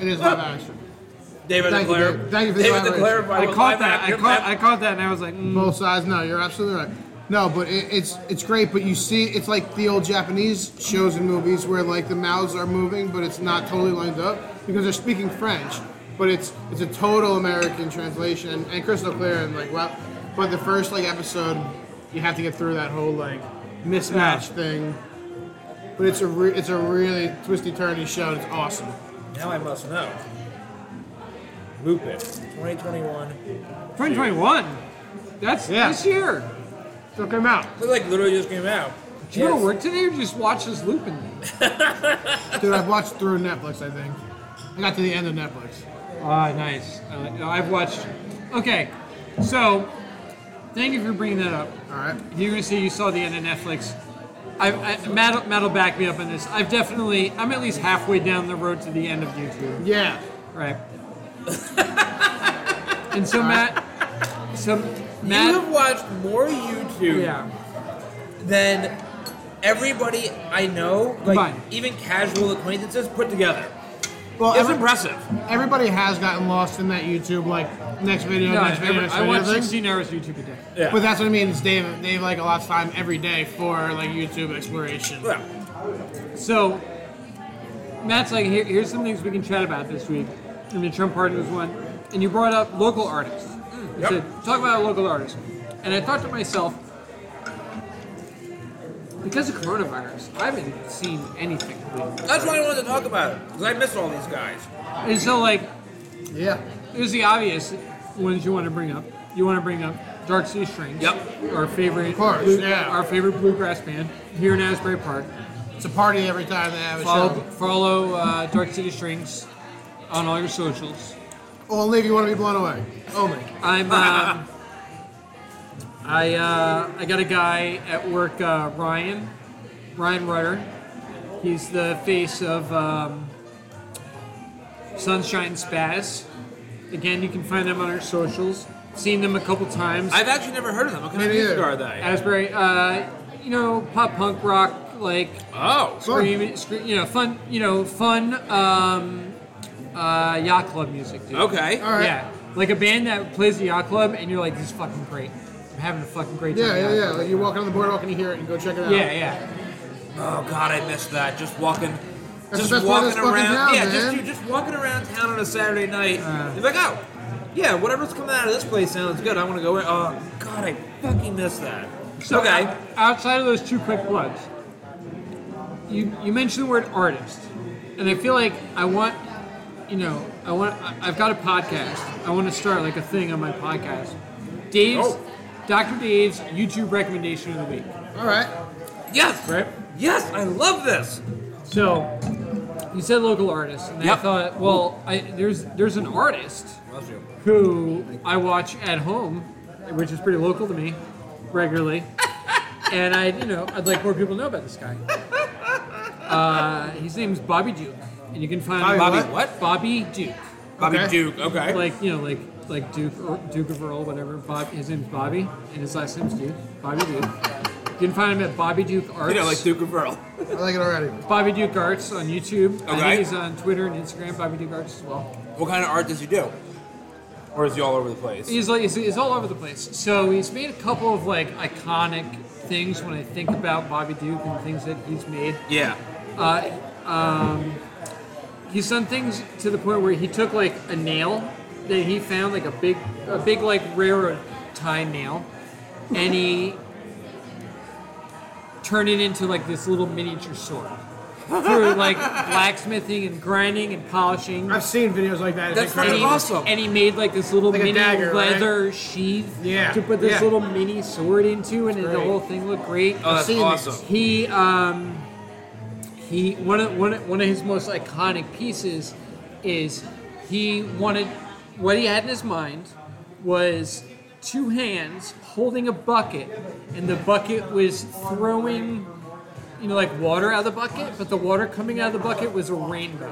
[SPEAKER 3] It is live action.
[SPEAKER 2] David
[SPEAKER 3] Thank you,
[SPEAKER 2] DeClaire.
[SPEAKER 3] David. Thank you for the
[SPEAKER 2] David
[SPEAKER 3] elaboration.
[SPEAKER 2] DeClaire.
[SPEAKER 1] I caught that. I caught. I caught that, and I was like, mm.
[SPEAKER 3] Both sides. No, you're absolutely right. No, but it, it's it's great. But you see, it's like the old Japanese shows and movies where like the mouths are moving, but it's not totally lined up because they're speaking French. But it's it's a total American translation and crystal clear and like wow. But the first like episode, you have to get through that whole like mismatch thing. But it's a re- it's a really twisty turny show. and It's awesome.
[SPEAKER 2] now I must know. Lupin, 2021.
[SPEAKER 1] 2021. That's
[SPEAKER 3] Yeah.
[SPEAKER 1] this year.
[SPEAKER 3] So it came out,
[SPEAKER 2] It like literally just came out.
[SPEAKER 1] Did you go to work today or just watch this Lupin? thing?
[SPEAKER 3] dude. I've watched through Netflix. I think I got to the end of Netflix.
[SPEAKER 1] Ah, nice. Uh, no, I've watched. Okay, so thank you for bringing that up.
[SPEAKER 3] All right.
[SPEAKER 1] You're gonna say you saw the end of Netflix. I, I Matt, Matt will back me up on this. I've definitely, I'm at least halfway down the road to the end of YouTube.
[SPEAKER 3] Yeah.
[SPEAKER 1] Right. and so Matt, so
[SPEAKER 2] You
[SPEAKER 1] Matt,
[SPEAKER 2] have watched more YouTube
[SPEAKER 1] yeah,
[SPEAKER 2] than everybody I know, like
[SPEAKER 1] Combined.
[SPEAKER 2] even casual acquaintances, put together.
[SPEAKER 3] Well,
[SPEAKER 2] it's
[SPEAKER 3] every-
[SPEAKER 2] impressive.
[SPEAKER 3] Everybody has gotten lost in that YouTube, like next video,
[SPEAKER 1] no,
[SPEAKER 3] next video, next
[SPEAKER 1] I
[SPEAKER 3] video
[SPEAKER 1] watch
[SPEAKER 3] thing.
[SPEAKER 1] 16 hours of YouTube a day.
[SPEAKER 2] Yeah.
[SPEAKER 3] But that's what I mean. Is Dave, Dave, like a lot of time every day for like YouTube exploration.
[SPEAKER 2] Yeah.
[SPEAKER 1] So, Matt's like, Here, here's some things we can chat about this week. And the Trump pardon was one. And you brought up local artists. You
[SPEAKER 2] Yep.
[SPEAKER 1] said, talk about a local artist. And I thought to myself, because of coronavirus, I haven't seen anything.
[SPEAKER 2] That's why I wanted to talk about it because I miss all these guys.
[SPEAKER 1] And so, like,
[SPEAKER 3] Yeah.
[SPEAKER 1] there's the obvious ones you want to bring up. You want to bring up Dark Sea Strings.
[SPEAKER 2] Yep.
[SPEAKER 1] Our favorite, of
[SPEAKER 3] course, yeah.
[SPEAKER 1] our favorite bluegrass band here in Asbury Park.
[SPEAKER 3] It's a party every time they have a
[SPEAKER 1] Follow,
[SPEAKER 3] show.
[SPEAKER 1] follow uh, Dark City Strings on all your socials.
[SPEAKER 3] Only if you want to be blown away. Only.
[SPEAKER 1] I'm. Uh, I uh, I got a guy at work, uh, Ryan, Ryan Rutter. He's the face of um, Sunshine Spaz. Again, you can find them on our socials. Seen them a couple times.
[SPEAKER 2] I've actually never heard of them. What kind
[SPEAKER 3] Me
[SPEAKER 2] of music
[SPEAKER 3] neither.
[SPEAKER 2] are they?
[SPEAKER 1] Asbury, uh, you know, pop punk rock, like
[SPEAKER 2] Oh,
[SPEAKER 1] scream, scream, you know, fun, you know, fun um, uh, yacht club music, dude.
[SPEAKER 2] okay.
[SPEAKER 3] All right.
[SPEAKER 1] Yeah, like a band that plays the yacht club, and you're like, this is fucking great. I'm having a fucking great time.
[SPEAKER 3] Yeah,
[SPEAKER 1] at
[SPEAKER 3] yeah,
[SPEAKER 1] yacht
[SPEAKER 3] yeah.
[SPEAKER 1] club."
[SPEAKER 3] Like you walk on the boardwalk and you hear it and go check it out.
[SPEAKER 1] yeah, yeah.
[SPEAKER 2] Oh God, I missed that. Just walking,
[SPEAKER 3] That's
[SPEAKER 2] just
[SPEAKER 3] the best part
[SPEAKER 2] walking
[SPEAKER 3] of this
[SPEAKER 2] around.
[SPEAKER 3] fucking town,
[SPEAKER 2] yeah,
[SPEAKER 3] man. Uh.
[SPEAKER 2] just dude, just walking around town on a Saturday night. You're like, oh, yeah, whatever's coming out of this place sounds good. I want to go in. Oh God, I fucking missed that.
[SPEAKER 1] So
[SPEAKER 2] okay,
[SPEAKER 1] o- outside of those two quick plugs, you you mentioned the word artist, and I feel like I want, you know, I want. I- I've got a podcast. I want to start like a thing on my podcast. Dave's
[SPEAKER 2] Oh.
[SPEAKER 1] Dr. Dave's YouTube recommendation of the week,
[SPEAKER 3] All right.
[SPEAKER 2] Yes,
[SPEAKER 1] right?
[SPEAKER 2] yes, I love this.
[SPEAKER 1] So you said local artists, and I
[SPEAKER 2] Yep.
[SPEAKER 1] thought, well, I, there's there's an artist who I watch at home, which is pretty local to me, regularly, and I, you know, I'd like more people to know about this guy. Uh, his name's Bobby Duke, and you can find
[SPEAKER 3] Bobby
[SPEAKER 2] Bobby what?
[SPEAKER 1] Bobby Duke,
[SPEAKER 2] Bobby
[SPEAKER 3] Okay.
[SPEAKER 2] Duke. Okay.
[SPEAKER 1] like you know, like like Duke or Duke of Earl, whatever. Bob, his name's Bobby, and his last name's Duke. Bobby Duke. You can find him at Bobby Duke Arts.
[SPEAKER 2] you know, like Duke of Earl.
[SPEAKER 3] I like it already.
[SPEAKER 1] Bobby Duke Arts on YouTube. I
[SPEAKER 2] Okay.
[SPEAKER 1] think he's on Twitter and Instagram, Bobby Duke Arts as well.
[SPEAKER 2] What kind of art does he do? Or is he all over the place?
[SPEAKER 1] He's like he's, he's all over the place. So he's made a couple of like iconic things when I think about Bobby Duke and things that he's made.
[SPEAKER 2] yeah.
[SPEAKER 1] Uh, um, he's done things to the point where he took like a nail that he found, like a big, a big like railroad tie nail, and he turned it into like this little miniature sword through like blacksmithing and grinding and polishing.
[SPEAKER 4] I've seen videos like that. It's
[SPEAKER 2] That's
[SPEAKER 1] And
[SPEAKER 4] incredible.
[SPEAKER 1] he,
[SPEAKER 2] awesome.
[SPEAKER 1] and he made like this little
[SPEAKER 3] Like a
[SPEAKER 1] mini
[SPEAKER 3] dagger, right?
[SPEAKER 1] leather sheath
[SPEAKER 4] Yeah,
[SPEAKER 1] to put this
[SPEAKER 4] yeah.
[SPEAKER 1] little mini sword into, and the
[SPEAKER 4] great.
[SPEAKER 1] whole thing looked great.
[SPEAKER 2] Oh, that's
[SPEAKER 3] seen
[SPEAKER 2] awesome.
[SPEAKER 1] He um, he one of one of, one of his most iconic pieces is he wanted what he had in his mind was two hands holding a bucket, and the bucket was throwing you know like water out of the bucket, but the water coming out of the bucket was a rainbow.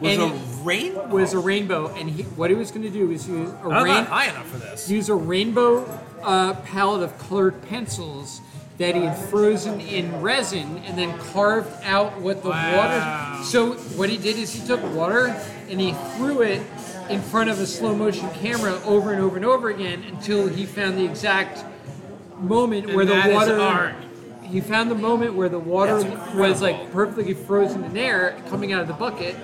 [SPEAKER 2] Was
[SPEAKER 1] And
[SPEAKER 2] a
[SPEAKER 1] it
[SPEAKER 2] rain?
[SPEAKER 1] was a rainbow, and he, what he was going to do was use a
[SPEAKER 2] I'm
[SPEAKER 1] rain
[SPEAKER 2] not high enough for this.
[SPEAKER 1] use a rainbow uh, palette of colored pencils that he had frozen in resin and then carved out what the water. So what he did is he took water and he threw it in front of a slow motion camera over and over and over again until he found the exact moment where the
[SPEAKER 4] that is
[SPEAKER 1] water.
[SPEAKER 4] art.
[SPEAKER 1] He found the moment where the water was like perfectly frozen in air coming out of the bucket.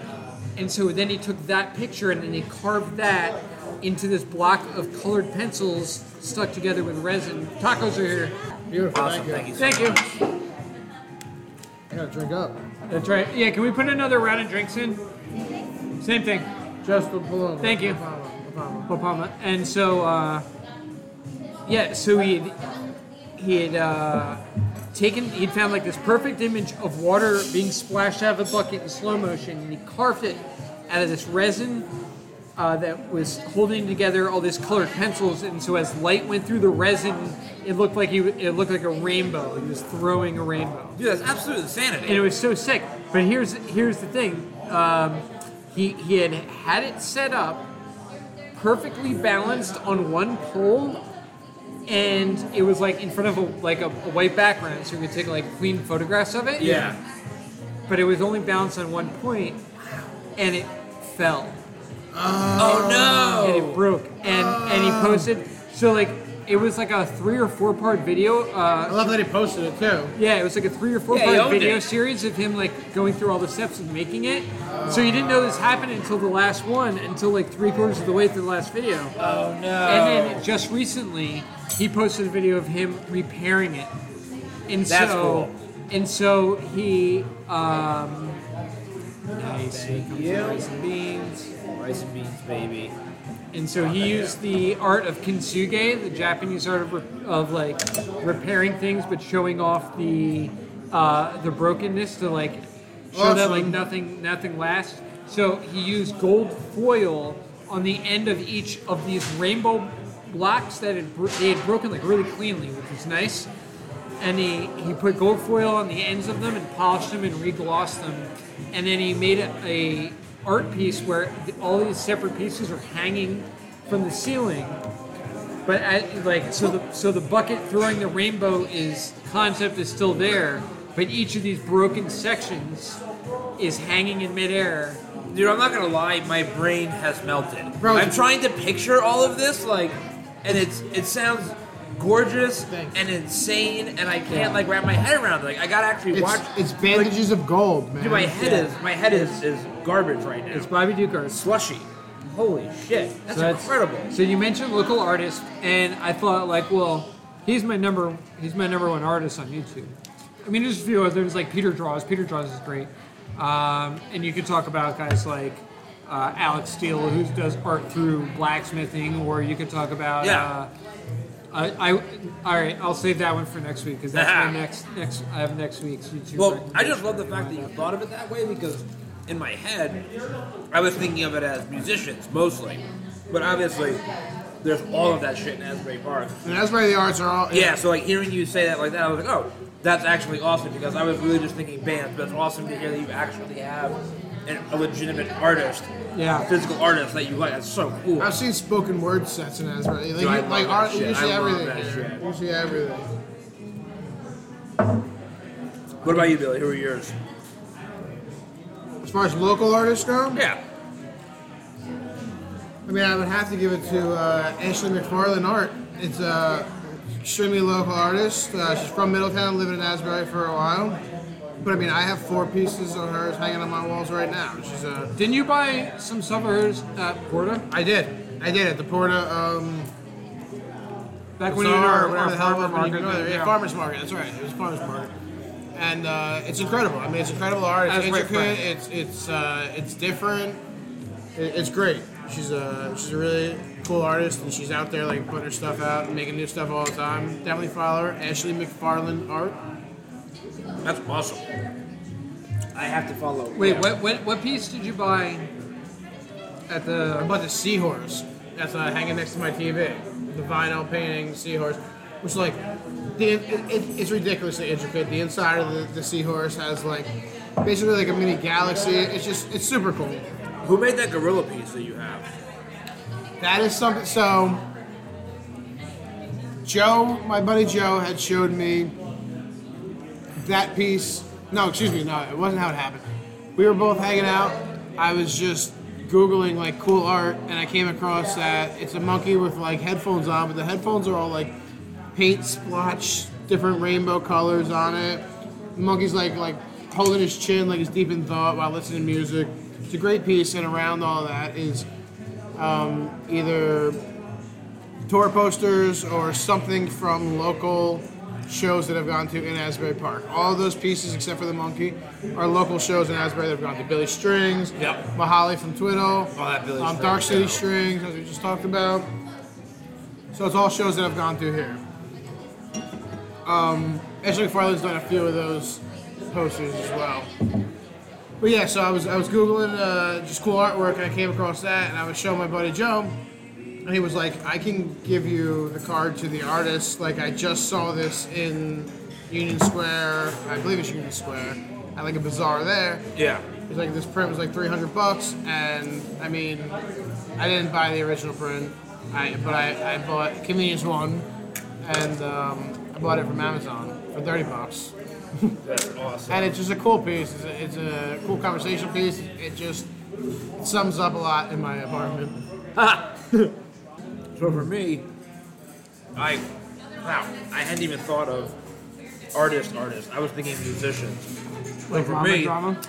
[SPEAKER 1] And so then he took that picture and then he carved that into this block of colored pencils stuck together with resin. Tacos are here.
[SPEAKER 3] Beautiful. Thank you.
[SPEAKER 1] Thank you.
[SPEAKER 3] I gotta drink up.
[SPEAKER 1] That's right. Yeah, can we put another round of drinks in? Same thing.
[SPEAKER 3] Just for Paloma.
[SPEAKER 1] Thank you.
[SPEAKER 3] No problem, no problem.
[SPEAKER 1] Obama. And so, uh, yeah, so he had, he had uh, taken, he'd found like this perfect image of water being splashed out of a bucket in slow motion, and he carved it out of this resin uh, that was holding together all these colored pencils. And so, as light went through the resin, it looked like he, w- it looked like a rainbow. He was throwing a rainbow
[SPEAKER 2] Dude, that's absolute insanity.
[SPEAKER 1] and it was so sick. But here's here's the thing. Um, he he had had it set up perfectly balanced on one pole, and it was like in front of a like a, a white background, so you could take like clean photographs of it.
[SPEAKER 2] yeah.
[SPEAKER 1] But it was only balanced on one point, and it fell
[SPEAKER 2] Oh no.
[SPEAKER 1] and it broke, and and he posted so like. It was like a three or four part video uh,
[SPEAKER 3] I love that he posted it too.
[SPEAKER 1] yeah, it was like a three or four
[SPEAKER 2] Yeah, he
[SPEAKER 1] part
[SPEAKER 2] owned
[SPEAKER 1] video
[SPEAKER 2] it.
[SPEAKER 1] series of him like going through all the steps and making it. So you didn't know this happened until the last one, until like three quarters of the way through the last video.
[SPEAKER 2] Oh no.
[SPEAKER 1] And then just recently, he posted a video of him repairing it. And
[SPEAKER 2] That's
[SPEAKER 1] so,
[SPEAKER 2] cool.
[SPEAKER 1] And so he. Um, nice. Here comes the rice and beans.
[SPEAKER 2] rice and beans, baby.
[SPEAKER 1] And so he used the art of kintsugi, the Japanese art of, re- of like repairing things, but showing off the uh, the brokenness to like show that like
[SPEAKER 3] Awesome.
[SPEAKER 1] nothing nothing lasts. So he used gold foil on the end of each of these rainbow blocks that had bro- they had broken like really cleanly, which was nice. And he, he put gold foil on the ends of them and polished them and reglossed them, and then he made a, a art piece where th- all these separate pieces are hanging from the ceiling. But at, like so the so the bucket throwing the rainbow is concept is still there, but each of these broken sections is hanging in midair.
[SPEAKER 2] Dude, I'm not gonna lie, my brain has melted.
[SPEAKER 3] Bro,
[SPEAKER 2] I'm
[SPEAKER 3] it's-
[SPEAKER 2] trying to picture all of this, like, and it's it sounds gorgeous
[SPEAKER 3] Thanks.
[SPEAKER 2] and insane, and I can't like wrap my head around. it. Like, I gotta actually watch.
[SPEAKER 3] It's, it's bandages of gold, man.
[SPEAKER 2] Dude, my head is my head is is garbage right now.
[SPEAKER 1] It's Bobby Ducars.
[SPEAKER 2] slushy. Holy shit, that's, incredible.
[SPEAKER 1] So you mentioned local artists, and I thought like, well, he's my number, he's my number one artist on YouTube. I mean, there's a few others like Peter Draws. Peter Draws is great, um, and you could talk about guys like uh, Alex Steele, who does art through blacksmithing, or you could talk about
[SPEAKER 2] Yeah.
[SPEAKER 1] uh, I, I, all right, I'll save that one for next week because that's
[SPEAKER 2] <laughs>
[SPEAKER 1] my next next. I have next week's YouTube.
[SPEAKER 2] Well, I just love the fact that you thought of it that way because in my head, I was thinking of it as musicians mostly, but obviously, there's all of that shit in Asbury Park.
[SPEAKER 3] And that's why the arts are all.
[SPEAKER 2] Yeah, so like hearing you say that like that, I was like, oh, that's actually awesome because I was really just thinking bands, but it's awesome to hear that you actually have an, a legitimate artist,
[SPEAKER 1] Yeah.
[SPEAKER 2] physical artist that you like. That's so cool.
[SPEAKER 3] I've seen spoken word sets in Asbury. Like,
[SPEAKER 2] Dude, I
[SPEAKER 3] you-
[SPEAKER 2] love
[SPEAKER 3] like
[SPEAKER 2] that
[SPEAKER 3] art,
[SPEAKER 2] shit.
[SPEAKER 3] you see
[SPEAKER 2] I love
[SPEAKER 3] everything.
[SPEAKER 2] that
[SPEAKER 3] here.
[SPEAKER 2] shit.
[SPEAKER 3] You see everything.
[SPEAKER 2] What about you, Billy? Who are yours?
[SPEAKER 3] As far as local artists go,
[SPEAKER 2] Yeah,
[SPEAKER 3] I mean, I would have to give it to uh, Ashley McFarland Art. It's a extremely local artist. Uh, she's from Middletown, living in Asbury for a while. But I mean, I have four pieces of hers hanging on my walls right now. She's a.
[SPEAKER 1] didn't you buy some stuff of hers at Porta
[SPEAKER 3] I did. I did at the Porta. Um,
[SPEAKER 1] back
[SPEAKER 3] When you
[SPEAKER 1] were
[SPEAKER 3] are,
[SPEAKER 1] our
[SPEAKER 3] whatever the hell
[SPEAKER 1] farmer
[SPEAKER 3] when you go
[SPEAKER 1] market,
[SPEAKER 3] there. Yeah, farmers market. That's right. It was farmers market, and uh, it's incredible. I mean, it's incredible art. It's
[SPEAKER 1] That's right,
[SPEAKER 3] intricate. It's it's uh, it's different. It, it's great. She's a she's a really cool artist, and she's out there like putting her stuff out and making new stuff all the time. Definitely follow her, Ashley McFarland Art.
[SPEAKER 2] that's awesome. I have to follow.
[SPEAKER 1] Wait,
[SPEAKER 2] yeah.
[SPEAKER 1] what, what what piece did you buy at
[SPEAKER 3] I
[SPEAKER 1] the?
[SPEAKER 3] bought the seahorse that's uh, hanging next to my TV. The vinyl painting seahorse, which like the it, it, it's ridiculously intricate. The inside of the, the seahorse has like basically like a mini galaxy. It's just it's super cool.
[SPEAKER 2] Who made that gorilla piece that you have?
[SPEAKER 3] That is something. So, Joe, my buddy Joe, had showed me that piece. No, excuse me. No, it wasn't how it happened. We were both hanging out. I was just googling like cool art, and I came across that it's a monkey with like headphones on, but the headphones are all like paint splotch, different rainbow colors on it. The monkey's like like holding his chin, like he's deep in thought while listening to music. It's a great piece, and around all that is either tour posters or something from local shows that I've gone to in Asbury Park. All those pieces, except for the monkey, are local shows in Asbury that I've gone to. Billy Strings,
[SPEAKER 2] Yep.
[SPEAKER 3] Mahali from Twiddle,
[SPEAKER 2] that Billy
[SPEAKER 3] um, Dark City
[SPEAKER 2] Strings, yeah.
[SPEAKER 3] Strings, as we just talked about. So it's all shows that I've gone to here. Um, Ashley McFarlane's done a few of those posters as well. But yeah, so I was I was googling uh, just cool artwork and I came across that and I was showing my buddy Joe, and he was like, I can give you the card to the artist. Like I just saw this in Union Square, I believe it's Union Square, at like a bazaar there.
[SPEAKER 2] Yeah.
[SPEAKER 3] It's like this print was like 300 bucks, and I mean, I didn't buy the original print, I but I, I bought Convenience One, and um, I bought it from Amazon for 30 bucks.
[SPEAKER 2] That's <laughs> awesome.
[SPEAKER 3] And it's just a cool piece. It's a, it's a cool conversation piece. It just sums up a lot in my apartment.
[SPEAKER 2] So for me, I wow, I hadn't even thought of artist artist. I was thinking musicians. Like for
[SPEAKER 1] Mama
[SPEAKER 2] me,
[SPEAKER 1] drama.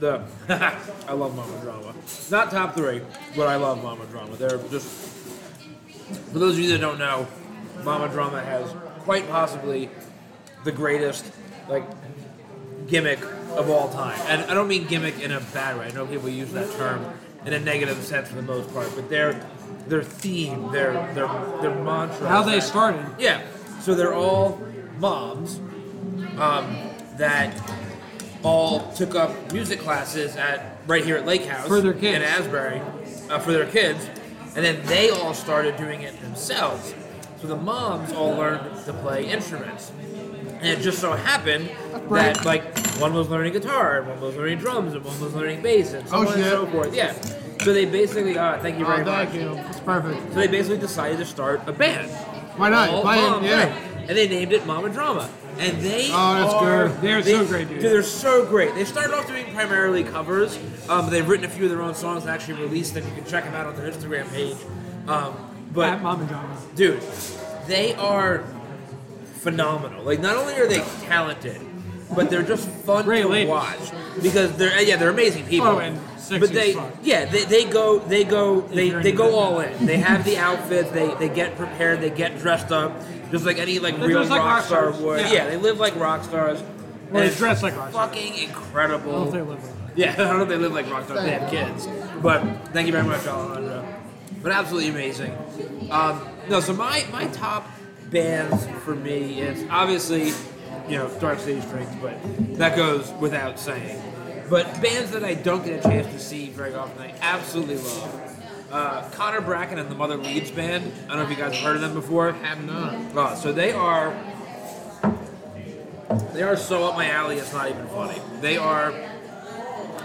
[SPEAKER 2] the <laughs> I love Mama Drama. Not top three, but I love Mama Drama. They're just for those of you that don't know, Mama Drama has quite possibly the greatest like gimmick of all time. And I don't mean gimmick in a bad way. I know people use that term in a negative sense for the most part, but their their theme, their their their mantra.
[SPEAKER 1] How they
[SPEAKER 2] that-
[SPEAKER 1] started.
[SPEAKER 2] yeah. So they're all moms um, that all took up music classes at right here at Lake House
[SPEAKER 1] For their kids.
[SPEAKER 2] in Asbury uh, for their kids, and then they all started doing it themselves. So the moms all learned to play instruments, and it just so happened that like one was learning guitar, and one was learning drums, and one was learning bass, and so
[SPEAKER 3] Oh,
[SPEAKER 2] on and
[SPEAKER 3] shit.
[SPEAKER 2] so forth. Yeah. So they basically, uh, thank you very
[SPEAKER 3] Oh,
[SPEAKER 2] much.
[SPEAKER 3] thank you. It's perfect.
[SPEAKER 2] So they basically decided to start a band.
[SPEAKER 3] Why not?
[SPEAKER 2] All
[SPEAKER 3] Buy it,
[SPEAKER 2] Mom,
[SPEAKER 3] yeah.
[SPEAKER 2] right. And they named it Mama Drama. And they
[SPEAKER 3] Oh, that's
[SPEAKER 2] are,
[SPEAKER 3] good.
[SPEAKER 1] They're
[SPEAKER 2] they-
[SPEAKER 1] so great, dude.
[SPEAKER 2] They're so great. They started off doing primarily covers. Um, but they've written a few of their own songs and actually released them. You can check them out on their Instagram page. Um, but
[SPEAKER 1] At Mama Drama.
[SPEAKER 2] dude, they are phenomenal. Like, not only are they talented, but they're just fun
[SPEAKER 1] Great
[SPEAKER 2] to
[SPEAKER 1] ladies.
[SPEAKER 2] watch because they're yeah they're amazing people.
[SPEAKER 1] Oh, and sexy
[SPEAKER 2] but they
[SPEAKER 1] as fuck.
[SPEAKER 2] yeah they, they go they go they,
[SPEAKER 1] you're
[SPEAKER 2] they
[SPEAKER 1] into
[SPEAKER 2] go
[SPEAKER 1] that.
[SPEAKER 2] all in. They have the outfits. They they get prepared. They get dressed up just like any like
[SPEAKER 1] They're
[SPEAKER 2] real
[SPEAKER 1] just like rock
[SPEAKER 2] rock star
[SPEAKER 1] stars.
[SPEAKER 2] would.
[SPEAKER 1] Yeah.
[SPEAKER 2] Yeah. they live like rock stars.
[SPEAKER 1] Or
[SPEAKER 2] And it's
[SPEAKER 1] dress like rock stars.
[SPEAKER 2] Fucking
[SPEAKER 1] I don't know if they
[SPEAKER 2] incredible.
[SPEAKER 1] live with
[SPEAKER 2] Yeah, <laughs> I don't know if they live like rock stars. They have kids. But thank uh, you very much, Alejandro. But absolutely amazing. Um, no, so my, my top bands for me is obviously, you know, Dark City Strings, but that goes without saying. But bands that I don't get a chance to see very often, I absolutely love. Uh, Connor Bracken and the Mother Leaves Band. I don't know if you guys have heard of them before.
[SPEAKER 3] Have not.
[SPEAKER 2] Oh, so they are they are so up my alley. It's not even funny. They are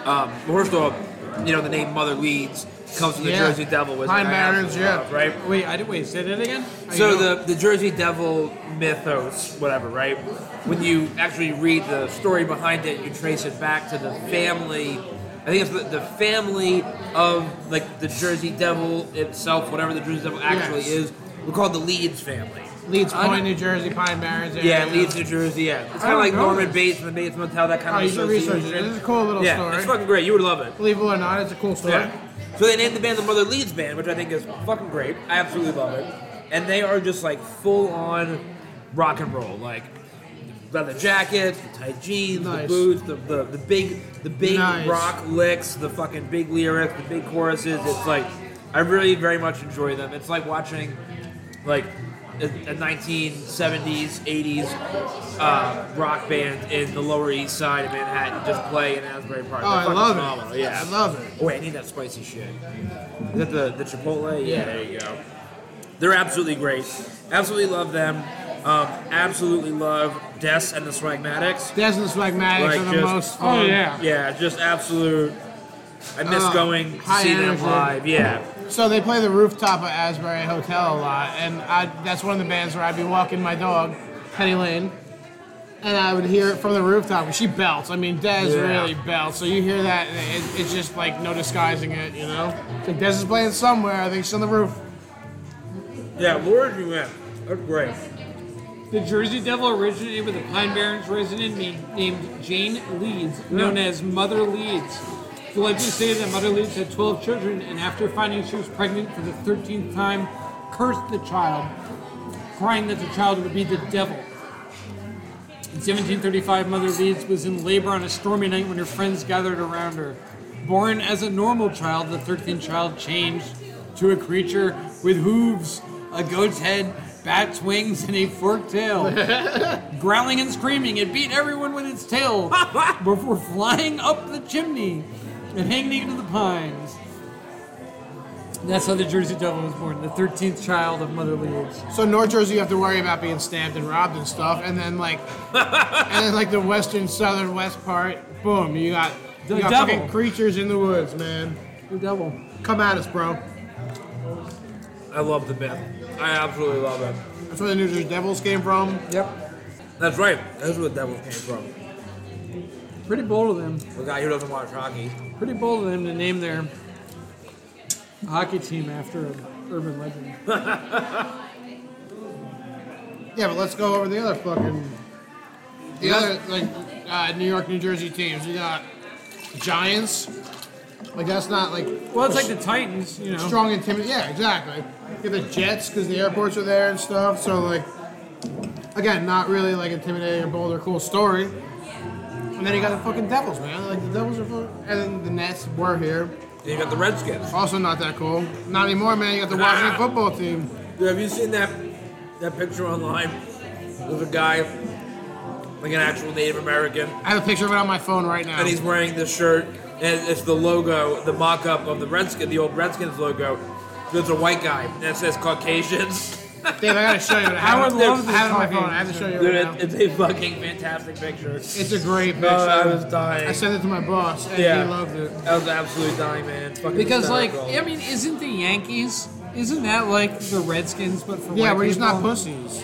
[SPEAKER 2] um, first of all, you know the name Mother Leeds comes from the
[SPEAKER 3] Yeah.
[SPEAKER 2] Jersey Devil, which
[SPEAKER 3] High
[SPEAKER 2] I
[SPEAKER 3] Barons,
[SPEAKER 2] absolutely
[SPEAKER 3] yeah.
[SPEAKER 2] love, right.
[SPEAKER 4] Wait, I did. Wait, say that again.
[SPEAKER 2] So the the Jersey Devil mythos, whatever, right? When you actually read the story behind it, you trace it back to the family. I think it's the, the family of like the Jersey Devil itself, whatever the Jersey Devil actually
[SPEAKER 3] Yes.
[SPEAKER 2] is. We're called the Leeds family.
[SPEAKER 3] Leeds
[SPEAKER 2] I
[SPEAKER 3] Point,
[SPEAKER 2] know-
[SPEAKER 3] New Jersey, Pine Barrens.
[SPEAKER 2] Yeah,
[SPEAKER 3] area.
[SPEAKER 2] Leeds, New Jersey. Yeah, it's kind
[SPEAKER 3] I
[SPEAKER 2] of
[SPEAKER 3] don't
[SPEAKER 2] like
[SPEAKER 3] know
[SPEAKER 2] Norman
[SPEAKER 3] this.
[SPEAKER 2] Bates and the Bates Motel. That kind
[SPEAKER 3] Oh,
[SPEAKER 2] of
[SPEAKER 3] you should research it.
[SPEAKER 2] association.
[SPEAKER 3] This is a cool little
[SPEAKER 2] yeah,
[SPEAKER 3] story.
[SPEAKER 2] it's fucking great. You would love it.
[SPEAKER 3] Believe it or not, it's a cool story.
[SPEAKER 2] Yeah. So they named the band the Mother Leeds Band, which I think is fucking great. I absolutely love it. And they are just like full on rock and roll, like leather jackets, the tight jeans, the
[SPEAKER 3] Nice.
[SPEAKER 2] boots, the, the, the big the big
[SPEAKER 3] Nice.
[SPEAKER 2] rock licks, the fucking big lyrics, the big choruses. It's like I really very much enjoy them. It's like watching like a, a 1970s, 80s uh, rock band in the Lower East Side of Manhattan just play in Asbury Park.
[SPEAKER 3] Oh,
[SPEAKER 2] They're
[SPEAKER 3] I
[SPEAKER 2] fucking
[SPEAKER 3] love
[SPEAKER 2] phenomenal.
[SPEAKER 3] it.
[SPEAKER 2] Yeah,
[SPEAKER 3] I love it.
[SPEAKER 2] Oh, wait, I need that spicy shit. Is that the, the Chipotle? Yeah,
[SPEAKER 3] Yeah.
[SPEAKER 2] there you go. They're absolutely great. Absolutely love them. Um, absolutely love Des and the Swagmatics.
[SPEAKER 3] Desmond Swagmatics
[SPEAKER 2] Like
[SPEAKER 3] are the
[SPEAKER 2] just-
[SPEAKER 3] most
[SPEAKER 1] Oh,
[SPEAKER 3] fun.
[SPEAKER 1] yeah.
[SPEAKER 2] Yeah, just absolute. I miss
[SPEAKER 3] Oh,
[SPEAKER 2] going to
[SPEAKER 3] high
[SPEAKER 2] see them
[SPEAKER 3] energy.
[SPEAKER 2] live. Yeah.
[SPEAKER 3] So they play the rooftop of Asbury Hotel a lot, and I, that's one of the bands where I'd be walking my dog, Penny Lane, and I would hear it from the rooftop. She belts. I mean, Des
[SPEAKER 2] Yeah.
[SPEAKER 3] really belts. So you hear that, and it, it's just like no disguising it, you know? It's like Des is playing somewhere. I think she's on the roof.
[SPEAKER 2] Yeah, Lord, you win. That's great.
[SPEAKER 1] The Jersey Devil originated with a Pine Barrens resident na- named Jane Leeds, known as Mother Leeds. The legend stated that Mother Leeds had 12 children, and after finding she was pregnant for the 13th time, cursed the child, crying that the child would be the devil. In 1735, Mother Leeds was in labor on a stormy night when her friends gathered around her. Born as a normal child, the 13th child changed to a creature with hooves, a goat's head, bat's wings, and a forked <laughs> tail. Growling and screaming, it beat everyone with its <laughs> tail before flying up the chimney and hanging into the pines. That's how the Jersey Devil was born, the 13th child of Mother Leeds.
[SPEAKER 3] So North Jersey, you have to worry about being stabbed and robbed and stuff, and
[SPEAKER 1] <laughs>
[SPEAKER 3] then like, and then like the western, southern, west part, boom, you got
[SPEAKER 1] The
[SPEAKER 3] you got
[SPEAKER 1] devil.
[SPEAKER 3] fucking creatures in the woods, man.
[SPEAKER 1] The devil.
[SPEAKER 3] Come at us, bro.
[SPEAKER 2] I love the myth. I absolutely love it.
[SPEAKER 3] That's where the New Jersey Devils came from.
[SPEAKER 1] Yep.
[SPEAKER 2] That's right. That's where the devil came from.
[SPEAKER 1] Pretty bold of them.
[SPEAKER 2] The guy who doesn't watch hockey.
[SPEAKER 1] Pretty bold of them to name their hockey team after an urban legend.
[SPEAKER 3] Yeah, but let's go over the other fucking. The other, like, uh, New York, New Jersey teams. You got Giants. Like, that's not, like,
[SPEAKER 1] Well, it's like the Titans, you know.
[SPEAKER 3] strong and timid. Yeah, exactly. You got the Jets, because the airports are there and stuff. So, like, again, not really, like, intimidating or bold or cool story. And then you got the fucking Devils, man. Like, the Devils are fucking. And then the Nets were here.
[SPEAKER 2] Then you got the Redskins.
[SPEAKER 3] Also, not that cool. Not anymore, man. You got the Washington football team.
[SPEAKER 2] Dude, have you seen that that picture online of a guy, like an actual Native American,
[SPEAKER 3] I have a picture of it on my phone right now.
[SPEAKER 2] and he's wearing this shirt, and it's the logo, the mock-up of the Redskin, the old Redskins logo. There's a white guy, and it says
[SPEAKER 3] <laughs>
[SPEAKER 2] Caucasians.
[SPEAKER 3] Dave, I gotta show you. I,
[SPEAKER 1] I
[SPEAKER 3] have
[SPEAKER 1] would
[SPEAKER 3] it-
[SPEAKER 1] love
[SPEAKER 3] I have it on my
[SPEAKER 1] this
[SPEAKER 3] phone. I have to show you.
[SPEAKER 2] Dude,
[SPEAKER 3] right
[SPEAKER 2] it,
[SPEAKER 3] now.
[SPEAKER 2] it's a fucking fantastic picture.
[SPEAKER 3] It's a great picture.
[SPEAKER 2] No, I was dying.
[SPEAKER 3] I sent it to my boss, and
[SPEAKER 2] Yeah.
[SPEAKER 3] he loved it.
[SPEAKER 2] I was absolutely dying, man. It's fucking
[SPEAKER 1] Because, like,
[SPEAKER 2] hysterical.
[SPEAKER 1] I mean, isn't the Yankees, isn't that like the Redskins, but for
[SPEAKER 3] Yeah,
[SPEAKER 1] white
[SPEAKER 3] we're just not
[SPEAKER 1] people?
[SPEAKER 3] pussies.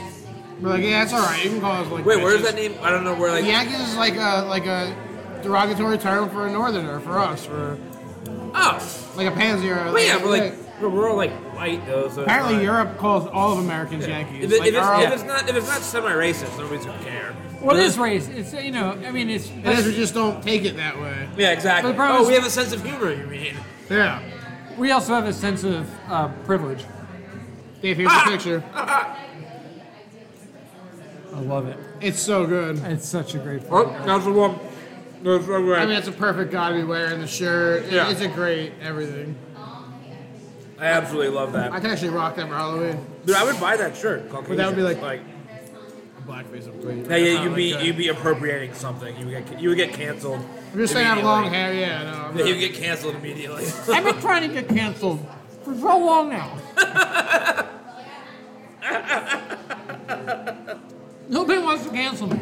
[SPEAKER 3] We're like, yeah, it's all right. You can call us like.
[SPEAKER 2] wait, where's
[SPEAKER 3] bitches.
[SPEAKER 2] that name? I don't know where. Like,
[SPEAKER 3] Yankees is like a like a derogatory term for a northerner for us for
[SPEAKER 2] oh,
[SPEAKER 3] like a pansy or.
[SPEAKER 2] but yeah,
[SPEAKER 3] like-
[SPEAKER 2] we're like, we're all like white though. So it's
[SPEAKER 3] Apparently,
[SPEAKER 2] fine.
[SPEAKER 3] Europe calls all of Americans Yankees.
[SPEAKER 2] If, it,
[SPEAKER 3] like,
[SPEAKER 2] if, it's,
[SPEAKER 3] our-
[SPEAKER 2] if it's not if it's not semi-racist, nobody's gonna care.
[SPEAKER 1] Well, it is race. It's, you know, I mean, it's.
[SPEAKER 3] it is, we just don't take it that way.
[SPEAKER 2] Yeah, exactly.
[SPEAKER 1] But the problem
[SPEAKER 2] oh,
[SPEAKER 1] is-
[SPEAKER 2] we have a sense of humor. You mean?
[SPEAKER 3] Yeah.
[SPEAKER 1] We also have a sense of uh, privilege.
[SPEAKER 3] Dave, here's
[SPEAKER 2] Ah!
[SPEAKER 3] the picture.
[SPEAKER 1] I love it.
[SPEAKER 3] It's so good.
[SPEAKER 1] It's such a great.
[SPEAKER 2] Oh, that's the one. That's so great.
[SPEAKER 3] I mean, it's a perfect guy to be wearing the shirt. It-
[SPEAKER 2] Yeah.
[SPEAKER 3] It's a great everything.
[SPEAKER 2] I absolutely love that.
[SPEAKER 3] I can actually rock that for Halloween.
[SPEAKER 2] Dude, I would buy that shirt. Caucasian.
[SPEAKER 4] that would be like-
[SPEAKER 2] like
[SPEAKER 4] Blackface up to you.
[SPEAKER 2] hey, yeah, you'd be you'd be appropriating something. You would get you would get canceled.
[SPEAKER 3] I'm just saying I have long
[SPEAKER 2] immediately.
[SPEAKER 3] hair. Yeah, no. I'm
[SPEAKER 2] Yeah,
[SPEAKER 3] not-
[SPEAKER 2] you would get canceled immediately.
[SPEAKER 1] I've been trying to get canceled for so long <laughs> now. Nobody wants to cancel me.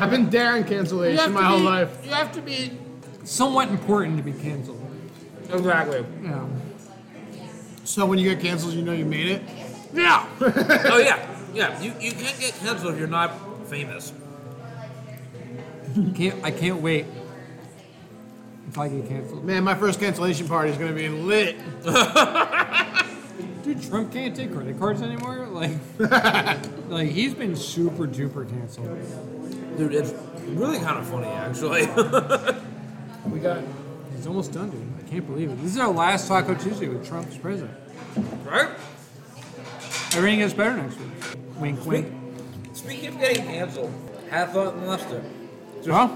[SPEAKER 3] I've been daring
[SPEAKER 1] You have
[SPEAKER 3] cancellation my
[SPEAKER 1] to
[SPEAKER 3] whole
[SPEAKER 1] be-
[SPEAKER 3] life.
[SPEAKER 1] You have to be somewhat important to be canceled.
[SPEAKER 2] exactly.
[SPEAKER 1] Yeah.
[SPEAKER 3] So when you get canceled, you know you made it.
[SPEAKER 1] Yeah.
[SPEAKER 2] <coughs> Oh yeah, yeah. You you can't get canceled if you're not famous.
[SPEAKER 1] can't, I can't wait if I get canceled.
[SPEAKER 3] Man, my first cancellation party is gonna be lit.
[SPEAKER 1] Dude, Trump can't take credit cards anymore.
[SPEAKER 3] <laughs>
[SPEAKER 1] Like, like he's been super duper canceled.
[SPEAKER 2] Dude, it's really kind of funny actually. <laughs>
[SPEAKER 3] We got
[SPEAKER 1] He's almost done, dude. I can't believe it. This is our last Taco Tuesday with Trump's president.
[SPEAKER 2] right?
[SPEAKER 1] Everything gets better next week. Wink, wink.
[SPEAKER 2] Speaking of getting canceled, had a thought and lost it.
[SPEAKER 1] Huh?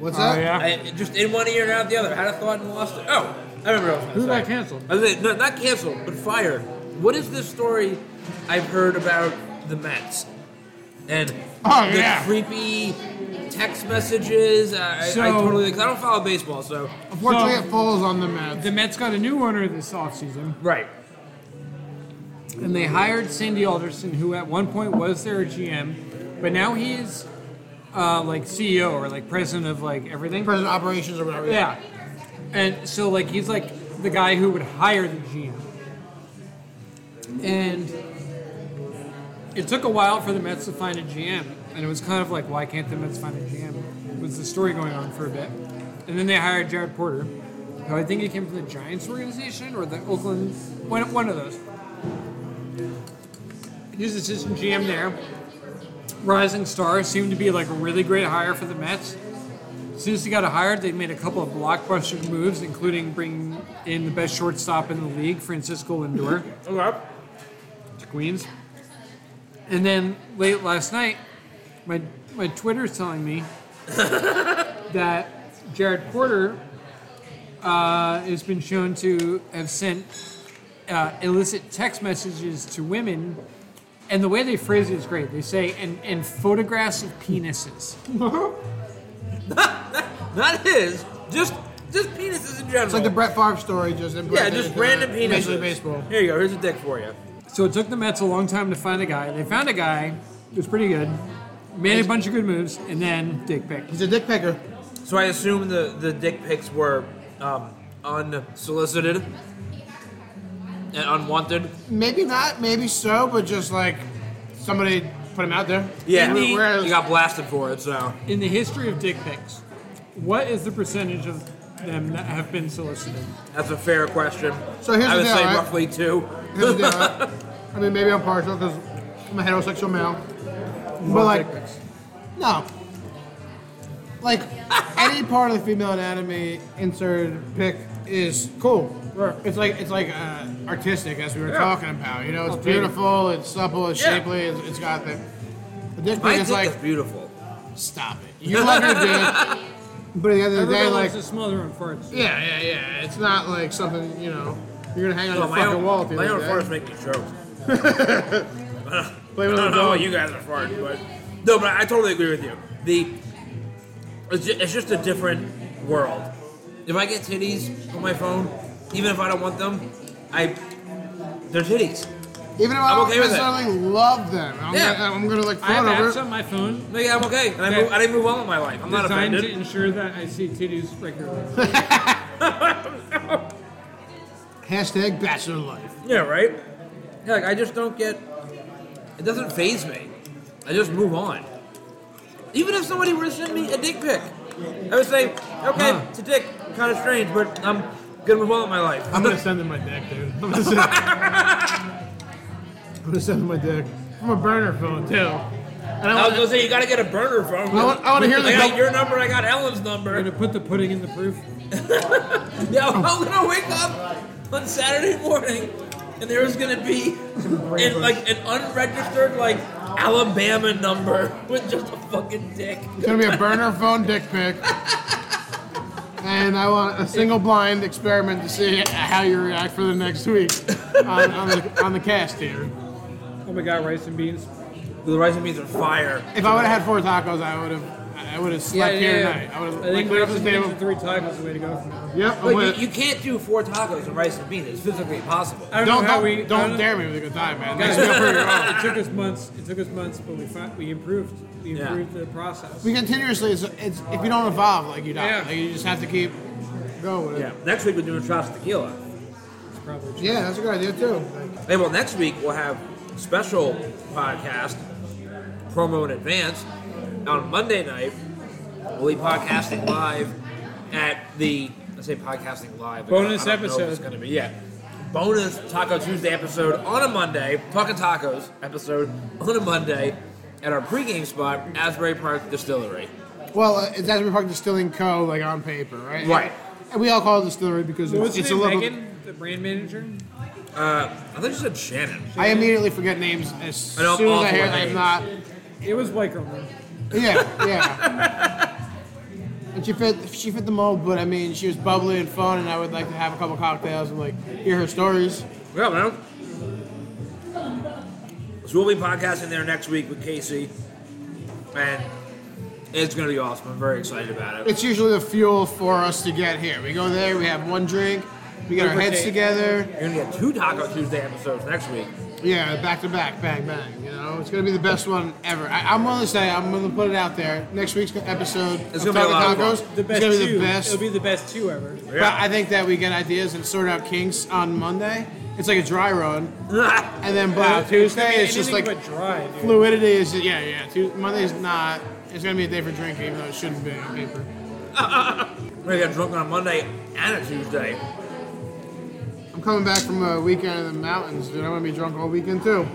[SPEAKER 3] what's
[SPEAKER 1] Oh,
[SPEAKER 3] up?
[SPEAKER 1] yeah.
[SPEAKER 2] I, just in one ear and out the other. Had a thought and lost it. Oh, I remember what I was
[SPEAKER 1] Who
[SPEAKER 2] gonna
[SPEAKER 1] got
[SPEAKER 2] say.
[SPEAKER 1] canceled?
[SPEAKER 2] I was gonna say, no, not canceled, but fired. What is this story I've heard about the Mets and
[SPEAKER 3] Oh,
[SPEAKER 2] the
[SPEAKER 3] yeah.
[SPEAKER 2] creepy text messages? I, I, I
[SPEAKER 1] So-
[SPEAKER 2] totally. Cause I don't follow baseball, so
[SPEAKER 3] Unfortunately,
[SPEAKER 1] So-
[SPEAKER 3] it falls on the Mets.
[SPEAKER 1] The Mets got a new owner this offseason,
[SPEAKER 2] right.
[SPEAKER 1] and they hired Sandy Alderson, who at one point was their GM, but now he is uh, like CEO or like president of like everything.
[SPEAKER 3] President operations or whatever.
[SPEAKER 1] Yeah. And so like he's like the guy who would hire the GM. And it took a while for the Mets to find a GM. And it was kind of like, why can't the Mets find a GM? Was the story going on for a bit. And then they hired Jared Porter, who I think he came from the Giants organization or the Oakland, one, one of those. He was assistant GM there. Rising star seemed to be like a really great hire for the Mets. As soon as he got hired, they made a couple of blockbuster moves, including bringing in the best shortstop in the league, Francisco Lindor,
[SPEAKER 2] Okay.
[SPEAKER 1] to Queens. And then late last night, my my Twitter's telling me <coughs> that Jared Porter uh, has been shown to have sent uh, illicit text messages to women. And the way they phrase it is great. They say, and, and photographs of penises.
[SPEAKER 2] Not his. Just just penises in general.
[SPEAKER 3] It's like the Brett Favre story, just
[SPEAKER 2] yeah,
[SPEAKER 3] implemented
[SPEAKER 2] just
[SPEAKER 3] into
[SPEAKER 2] random
[SPEAKER 3] Major League
[SPEAKER 2] penises.
[SPEAKER 3] Baseball.
[SPEAKER 2] Here you go. Here's a dick for you.
[SPEAKER 1] So it took the Mets a long time to find a guy. They found a guy who was pretty good, made a bunch of good moves, and then dick pic.
[SPEAKER 3] He's a dick picker.
[SPEAKER 2] So I assume the the dick pics were um, unsolicited and unwanted.
[SPEAKER 3] Maybe not, maybe so, but just like somebody put him out there.
[SPEAKER 2] Yeah,
[SPEAKER 3] Where- whereas-
[SPEAKER 2] you got blasted for it. So
[SPEAKER 1] In the history of dick pics, what is the percentage of them that have been solicited?
[SPEAKER 2] that's a fair question.
[SPEAKER 3] So here's
[SPEAKER 2] I
[SPEAKER 3] the
[SPEAKER 2] would
[SPEAKER 3] deal,
[SPEAKER 2] say
[SPEAKER 3] right?
[SPEAKER 2] roughly two.
[SPEAKER 3] Here's the
[SPEAKER 2] <laughs>
[SPEAKER 3] deal, right? I mean, maybe I'm partial because I'm a heterosexual male. But like, no.
[SPEAKER 2] <laughs>
[SPEAKER 3] Like, any part of the female anatomy inserted pic is cool. It's like it's like uh, artistic, as we were talking about. You know, it's
[SPEAKER 1] Okay.
[SPEAKER 3] beautiful, it's supple, it's
[SPEAKER 2] Oh, Yeah.
[SPEAKER 3] shapely, it's, it's got the. The dick
[SPEAKER 2] My
[SPEAKER 3] pic
[SPEAKER 2] dick
[SPEAKER 3] is like,
[SPEAKER 2] is beautiful.
[SPEAKER 3] stop it. You love your dick, but at the end of the
[SPEAKER 1] Everybody
[SPEAKER 3] day, like,
[SPEAKER 1] likes to smell their own farts.
[SPEAKER 3] yeah, yeah, yeah. It's not like something you know you're gonna hang on
[SPEAKER 2] No,
[SPEAKER 3] your
[SPEAKER 2] Oh, my
[SPEAKER 3] fucking
[SPEAKER 2] own,
[SPEAKER 3] wall. If you
[SPEAKER 2] my own
[SPEAKER 3] look
[SPEAKER 2] farts
[SPEAKER 3] at
[SPEAKER 2] make me choke. <laughs>
[SPEAKER 3] it. Blame
[SPEAKER 2] I
[SPEAKER 3] it on
[SPEAKER 2] don't know
[SPEAKER 3] the dog.
[SPEAKER 2] what you guys are farting, but no, but I totally agree with you. The it's just, it's just a different world. If I get titties on my phone, even if I don't want them, I they're titties.
[SPEAKER 3] Even if I
[SPEAKER 2] I'm
[SPEAKER 3] don't
[SPEAKER 2] okay with it.
[SPEAKER 3] necessarily love them, I'm,
[SPEAKER 2] Yeah.
[SPEAKER 3] gonna, I'm gonna like
[SPEAKER 1] I have
[SPEAKER 3] float
[SPEAKER 1] apps
[SPEAKER 3] over. it.
[SPEAKER 1] on my phone
[SPEAKER 2] Like, I'm okay, and I,
[SPEAKER 1] Okay.
[SPEAKER 2] move, I didn't move on with my life. I'm not
[SPEAKER 1] designed to
[SPEAKER 2] offended.
[SPEAKER 1] ensure that I see titties regularly.
[SPEAKER 3] Hashtag bachelor life.
[SPEAKER 2] Yeah, right. Yeah, like I just don't get. It doesn't phase me. I just move on. Even if somebody were to send me a dick pic, I would say, okay,
[SPEAKER 1] Huh.
[SPEAKER 2] it's a dick, kind of strange, but I'm gonna move on with my life.
[SPEAKER 3] I'm gonna send them my dick, dude. I'm gonna send, I'm gonna send them my dick from a burner phone too.
[SPEAKER 2] I
[SPEAKER 3] And I
[SPEAKER 2] was
[SPEAKER 3] want
[SPEAKER 2] gonna say you gotta get a burner phone.
[SPEAKER 3] I want- I wanna hear the
[SPEAKER 2] I got
[SPEAKER 3] gul-
[SPEAKER 2] your number. I got Ellen's
[SPEAKER 1] We're
[SPEAKER 2] number.
[SPEAKER 1] gonna put the pudding in the proof.
[SPEAKER 2] Yeah, <laughs> I'm gonna wake up on Saturday morning, and there's gonna be an, like an unregistered like Alabama <laughs> number with just a fucking dick.
[SPEAKER 3] it's gonna be a burner phone dick pic. And and I want a single blind experiment to see how you react for the next week on, on, the, on the cast here.
[SPEAKER 1] Oh my god, rice and beans.
[SPEAKER 2] The rice and beans are fire.
[SPEAKER 3] If I would have had four tacos, I would have, I would have slept here tonight. I would have
[SPEAKER 1] I think
[SPEAKER 3] wake
[SPEAKER 1] rice
[SPEAKER 3] up this
[SPEAKER 1] and
[SPEAKER 3] day.
[SPEAKER 1] beans are three tacos is the way to go.
[SPEAKER 3] Yep, I'm
[SPEAKER 2] But
[SPEAKER 3] with.
[SPEAKER 2] you, you can't do four tacos and rice and beans. It's physically impossible.
[SPEAKER 1] I don't,
[SPEAKER 3] don't
[SPEAKER 1] know how
[SPEAKER 3] don't,
[SPEAKER 1] we I
[SPEAKER 3] don't dare me with a good time, man.
[SPEAKER 1] Guys,
[SPEAKER 3] That's good for your own.
[SPEAKER 1] it took us months. It took us months, but we fi- we improved. We
[SPEAKER 2] Yeah.
[SPEAKER 1] improved the process.
[SPEAKER 3] <laughs> We continuously, it's, it's if you don't evolve, like you die,
[SPEAKER 1] Yeah.
[SPEAKER 3] like you just have to keep going. With it.
[SPEAKER 2] Yeah. Next week we're doing shots of tequila.
[SPEAKER 1] It's probably true.
[SPEAKER 3] Yeah. that's a good idea too.
[SPEAKER 2] Hey, well, next week we'll have special podcast promo in advance. On Monday night, we'll be podcasting live at the. I say podcasting live. but I don't-
[SPEAKER 1] Bonus
[SPEAKER 2] I don't know if
[SPEAKER 1] episode.
[SPEAKER 2] It's going to be yeah. Bonus Taco Tuesday episode on a Monday. Talking tacos episode on a Monday at our pregame spot, Asbury Park Distillery.
[SPEAKER 3] Well, uh, it's Asbury Park Distilling Co. like on paper, right?
[SPEAKER 2] Right.
[SPEAKER 3] And we all call it distillery because
[SPEAKER 1] What
[SPEAKER 3] it's,
[SPEAKER 1] was
[SPEAKER 3] it's
[SPEAKER 1] it's
[SPEAKER 3] a little.
[SPEAKER 1] Megan, the brand manager.
[SPEAKER 2] Uh, I think you said Shannon.
[SPEAKER 3] I immediately forget names as
[SPEAKER 2] I know
[SPEAKER 3] soon as I
[SPEAKER 2] awful
[SPEAKER 3] hear it,
[SPEAKER 2] names.
[SPEAKER 3] I'm not.
[SPEAKER 1] It was White Girl. though.
[SPEAKER 3] Yeah, yeah. <laughs> and she fit, she fit the mold, but I mean, she was bubbly and fun, and I would like to have a couple cocktails and like hear her stories.
[SPEAKER 2] Yeah, man. So we'll be podcasting there next week with Casey, and it's gonna be awesome. I'm very excited about it.
[SPEAKER 3] It's usually the fuel for us to get here. We go there, we have one drink, we get our heads
[SPEAKER 1] Lubricate.
[SPEAKER 3] together.
[SPEAKER 2] You're gonna get two Taco Tuesday episodes next week. <laughs>
[SPEAKER 3] Yeah, back to back, bang bang. You know, it's gonna be the best one ever. I, I'm willing to say, I'm willing to put it out there. Next week's episode
[SPEAKER 2] It's
[SPEAKER 3] of
[SPEAKER 2] gonna be a
[SPEAKER 3] Talking
[SPEAKER 2] lot of
[SPEAKER 3] Tacos
[SPEAKER 2] fun.
[SPEAKER 1] The
[SPEAKER 3] is
[SPEAKER 1] best
[SPEAKER 3] gonna be
[SPEAKER 1] two.
[SPEAKER 3] the best.
[SPEAKER 1] It'll be the best two ever.
[SPEAKER 3] But I think that we get ideas and sort out kinks on Monday. It's like a dry run, and then Blau Tuesday
[SPEAKER 1] It's
[SPEAKER 3] is just
[SPEAKER 1] Uh, anything
[SPEAKER 3] like
[SPEAKER 1] but dry. Dude.
[SPEAKER 3] fluidity. Is just, yeah, yeah. Tues- Monday's not. It's gonna be a day for drinking, even though it shouldn't be on paper.
[SPEAKER 2] We're gonna get drunk on a Monday and a Tuesday.
[SPEAKER 3] I'm coming back from a weekend in the mountains, dude. I'm gonna be drunk all weekend too.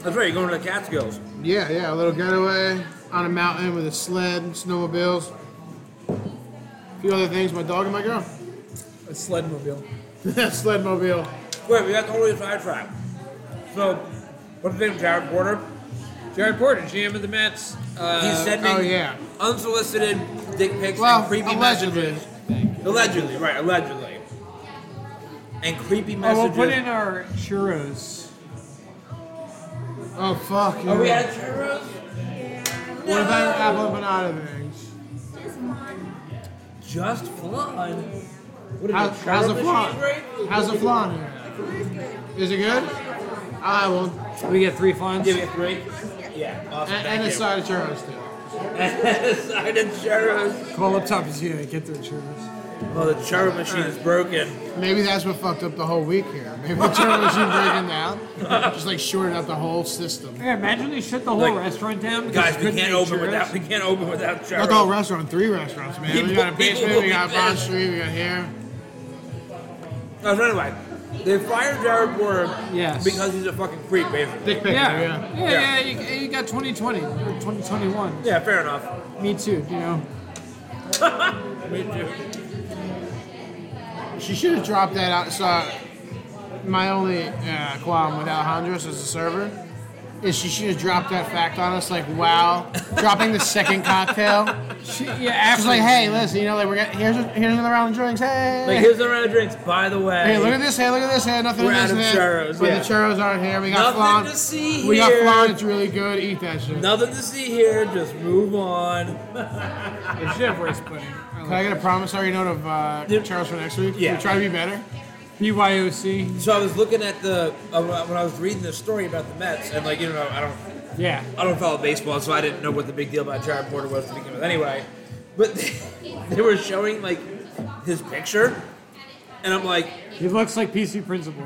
[SPEAKER 2] That's right. You're going to the Catskills.
[SPEAKER 3] Yeah, yeah. A little getaway on a mountain with a sled, snowmobiles, a few other things. My dog and my girl. <laughs>
[SPEAKER 1] A sled mobile.
[SPEAKER 3] Sledmobile.
[SPEAKER 2] Wait, we got totally sidetracked. So, what's his name? Jared Porter.
[SPEAKER 1] Jared Porter, GM of the Mets. Uh,
[SPEAKER 2] He's sending
[SPEAKER 3] oh yeah.
[SPEAKER 2] unsolicited dick pics
[SPEAKER 3] Well,
[SPEAKER 2] and creepy
[SPEAKER 3] allegedly.
[SPEAKER 2] messages. Allegedly, right? Allegedly. And creepy
[SPEAKER 1] oh, we'll
[SPEAKER 2] messages.
[SPEAKER 1] put in our churros.
[SPEAKER 3] Oh fuck.
[SPEAKER 2] Are we
[SPEAKER 3] yeah.
[SPEAKER 2] at churros?
[SPEAKER 3] What about apple banana things?
[SPEAKER 2] Just flan. What
[SPEAKER 3] How,
[SPEAKER 2] it,
[SPEAKER 3] how's the
[SPEAKER 2] churro
[SPEAKER 3] flan?
[SPEAKER 2] machine, right?
[SPEAKER 3] How's the flan here? Is it good? I will.
[SPEAKER 1] We get three fawns.
[SPEAKER 2] Give me a three. Yeah, awesome.
[SPEAKER 3] And,
[SPEAKER 2] thank
[SPEAKER 3] and a
[SPEAKER 2] you.
[SPEAKER 3] side of churros
[SPEAKER 2] <laughs>
[SPEAKER 3] too.
[SPEAKER 2] and a side of churros.
[SPEAKER 1] Call up top is yeah, get their churros.
[SPEAKER 2] Well, the churro machine is broken.
[SPEAKER 3] Maybe that's what fucked up the whole week here. Maybe the churros machine
[SPEAKER 2] <laughs>
[SPEAKER 3] breaking down just like shorted out the whole system.
[SPEAKER 1] Yeah, imagine they shut the whole
[SPEAKER 2] Like,
[SPEAKER 1] restaurant down. because
[SPEAKER 2] Guys,
[SPEAKER 1] they
[SPEAKER 2] we
[SPEAKER 1] couldn't
[SPEAKER 2] can't
[SPEAKER 1] make
[SPEAKER 2] open
[SPEAKER 1] churros.
[SPEAKER 2] without we can't open without churros.
[SPEAKER 3] Not the whole restaurant, three restaurants, man. we
[SPEAKER 2] People-
[SPEAKER 3] got a
[SPEAKER 2] people
[SPEAKER 3] basement,
[SPEAKER 2] will
[SPEAKER 3] we
[SPEAKER 2] be
[SPEAKER 3] got Bond
[SPEAKER 2] pissed.
[SPEAKER 3] Street, we got here.
[SPEAKER 2] No, so anyway, they fired Jared Porter
[SPEAKER 1] Yes.
[SPEAKER 2] because he's a fucking freak, basically.
[SPEAKER 3] Dick pic,
[SPEAKER 1] Yeah,
[SPEAKER 3] yeah.
[SPEAKER 1] yeah, yeah. you, you got 2020 or 2021.
[SPEAKER 2] Yeah, fair enough.
[SPEAKER 1] Me too. You know.
[SPEAKER 2] Me too.
[SPEAKER 3] She should have dropped that out. So my only uh, qualm with Alejandros as a server is she should have dropped that fact on us. Like, wow, dropping the second cocktail.
[SPEAKER 1] She, yeah,
[SPEAKER 3] She's
[SPEAKER 1] after
[SPEAKER 3] like, hey, listen, you know, like we're gonna, here's here's another round of drinks. Hey,
[SPEAKER 2] Like here's the round of drinks. By the way,
[SPEAKER 3] hey, look at this. Hey, look at this. Hey, nothing
[SPEAKER 2] We're
[SPEAKER 3] in
[SPEAKER 2] out
[SPEAKER 3] this.
[SPEAKER 2] of
[SPEAKER 3] hey.
[SPEAKER 2] churros,
[SPEAKER 3] But
[SPEAKER 2] yeah.
[SPEAKER 3] the churros aren't here. We got
[SPEAKER 2] Nothing
[SPEAKER 3] flan.
[SPEAKER 2] to see
[SPEAKER 3] we
[SPEAKER 2] here.
[SPEAKER 3] got flan. It's really good. Eat that shit.
[SPEAKER 2] nothing to see here. Just move on.
[SPEAKER 1] They should have rice pudding.
[SPEAKER 3] Can I get a promissory note of uh,
[SPEAKER 2] Yeah.
[SPEAKER 3] churros for next week?
[SPEAKER 2] Yeah.
[SPEAKER 3] We try to be better.
[SPEAKER 1] BYOC.
[SPEAKER 2] So I was looking at the uh, when I was reading the story about the Mets, and like you know, I don't
[SPEAKER 1] Yeah.
[SPEAKER 2] I don't follow baseball, so I didn't know what the big deal about Jared Porter was to begin with. Anyway, but <laughs> they, they were showing like his picture, and I'm like,
[SPEAKER 1] He looks <laughs> like PC Principal.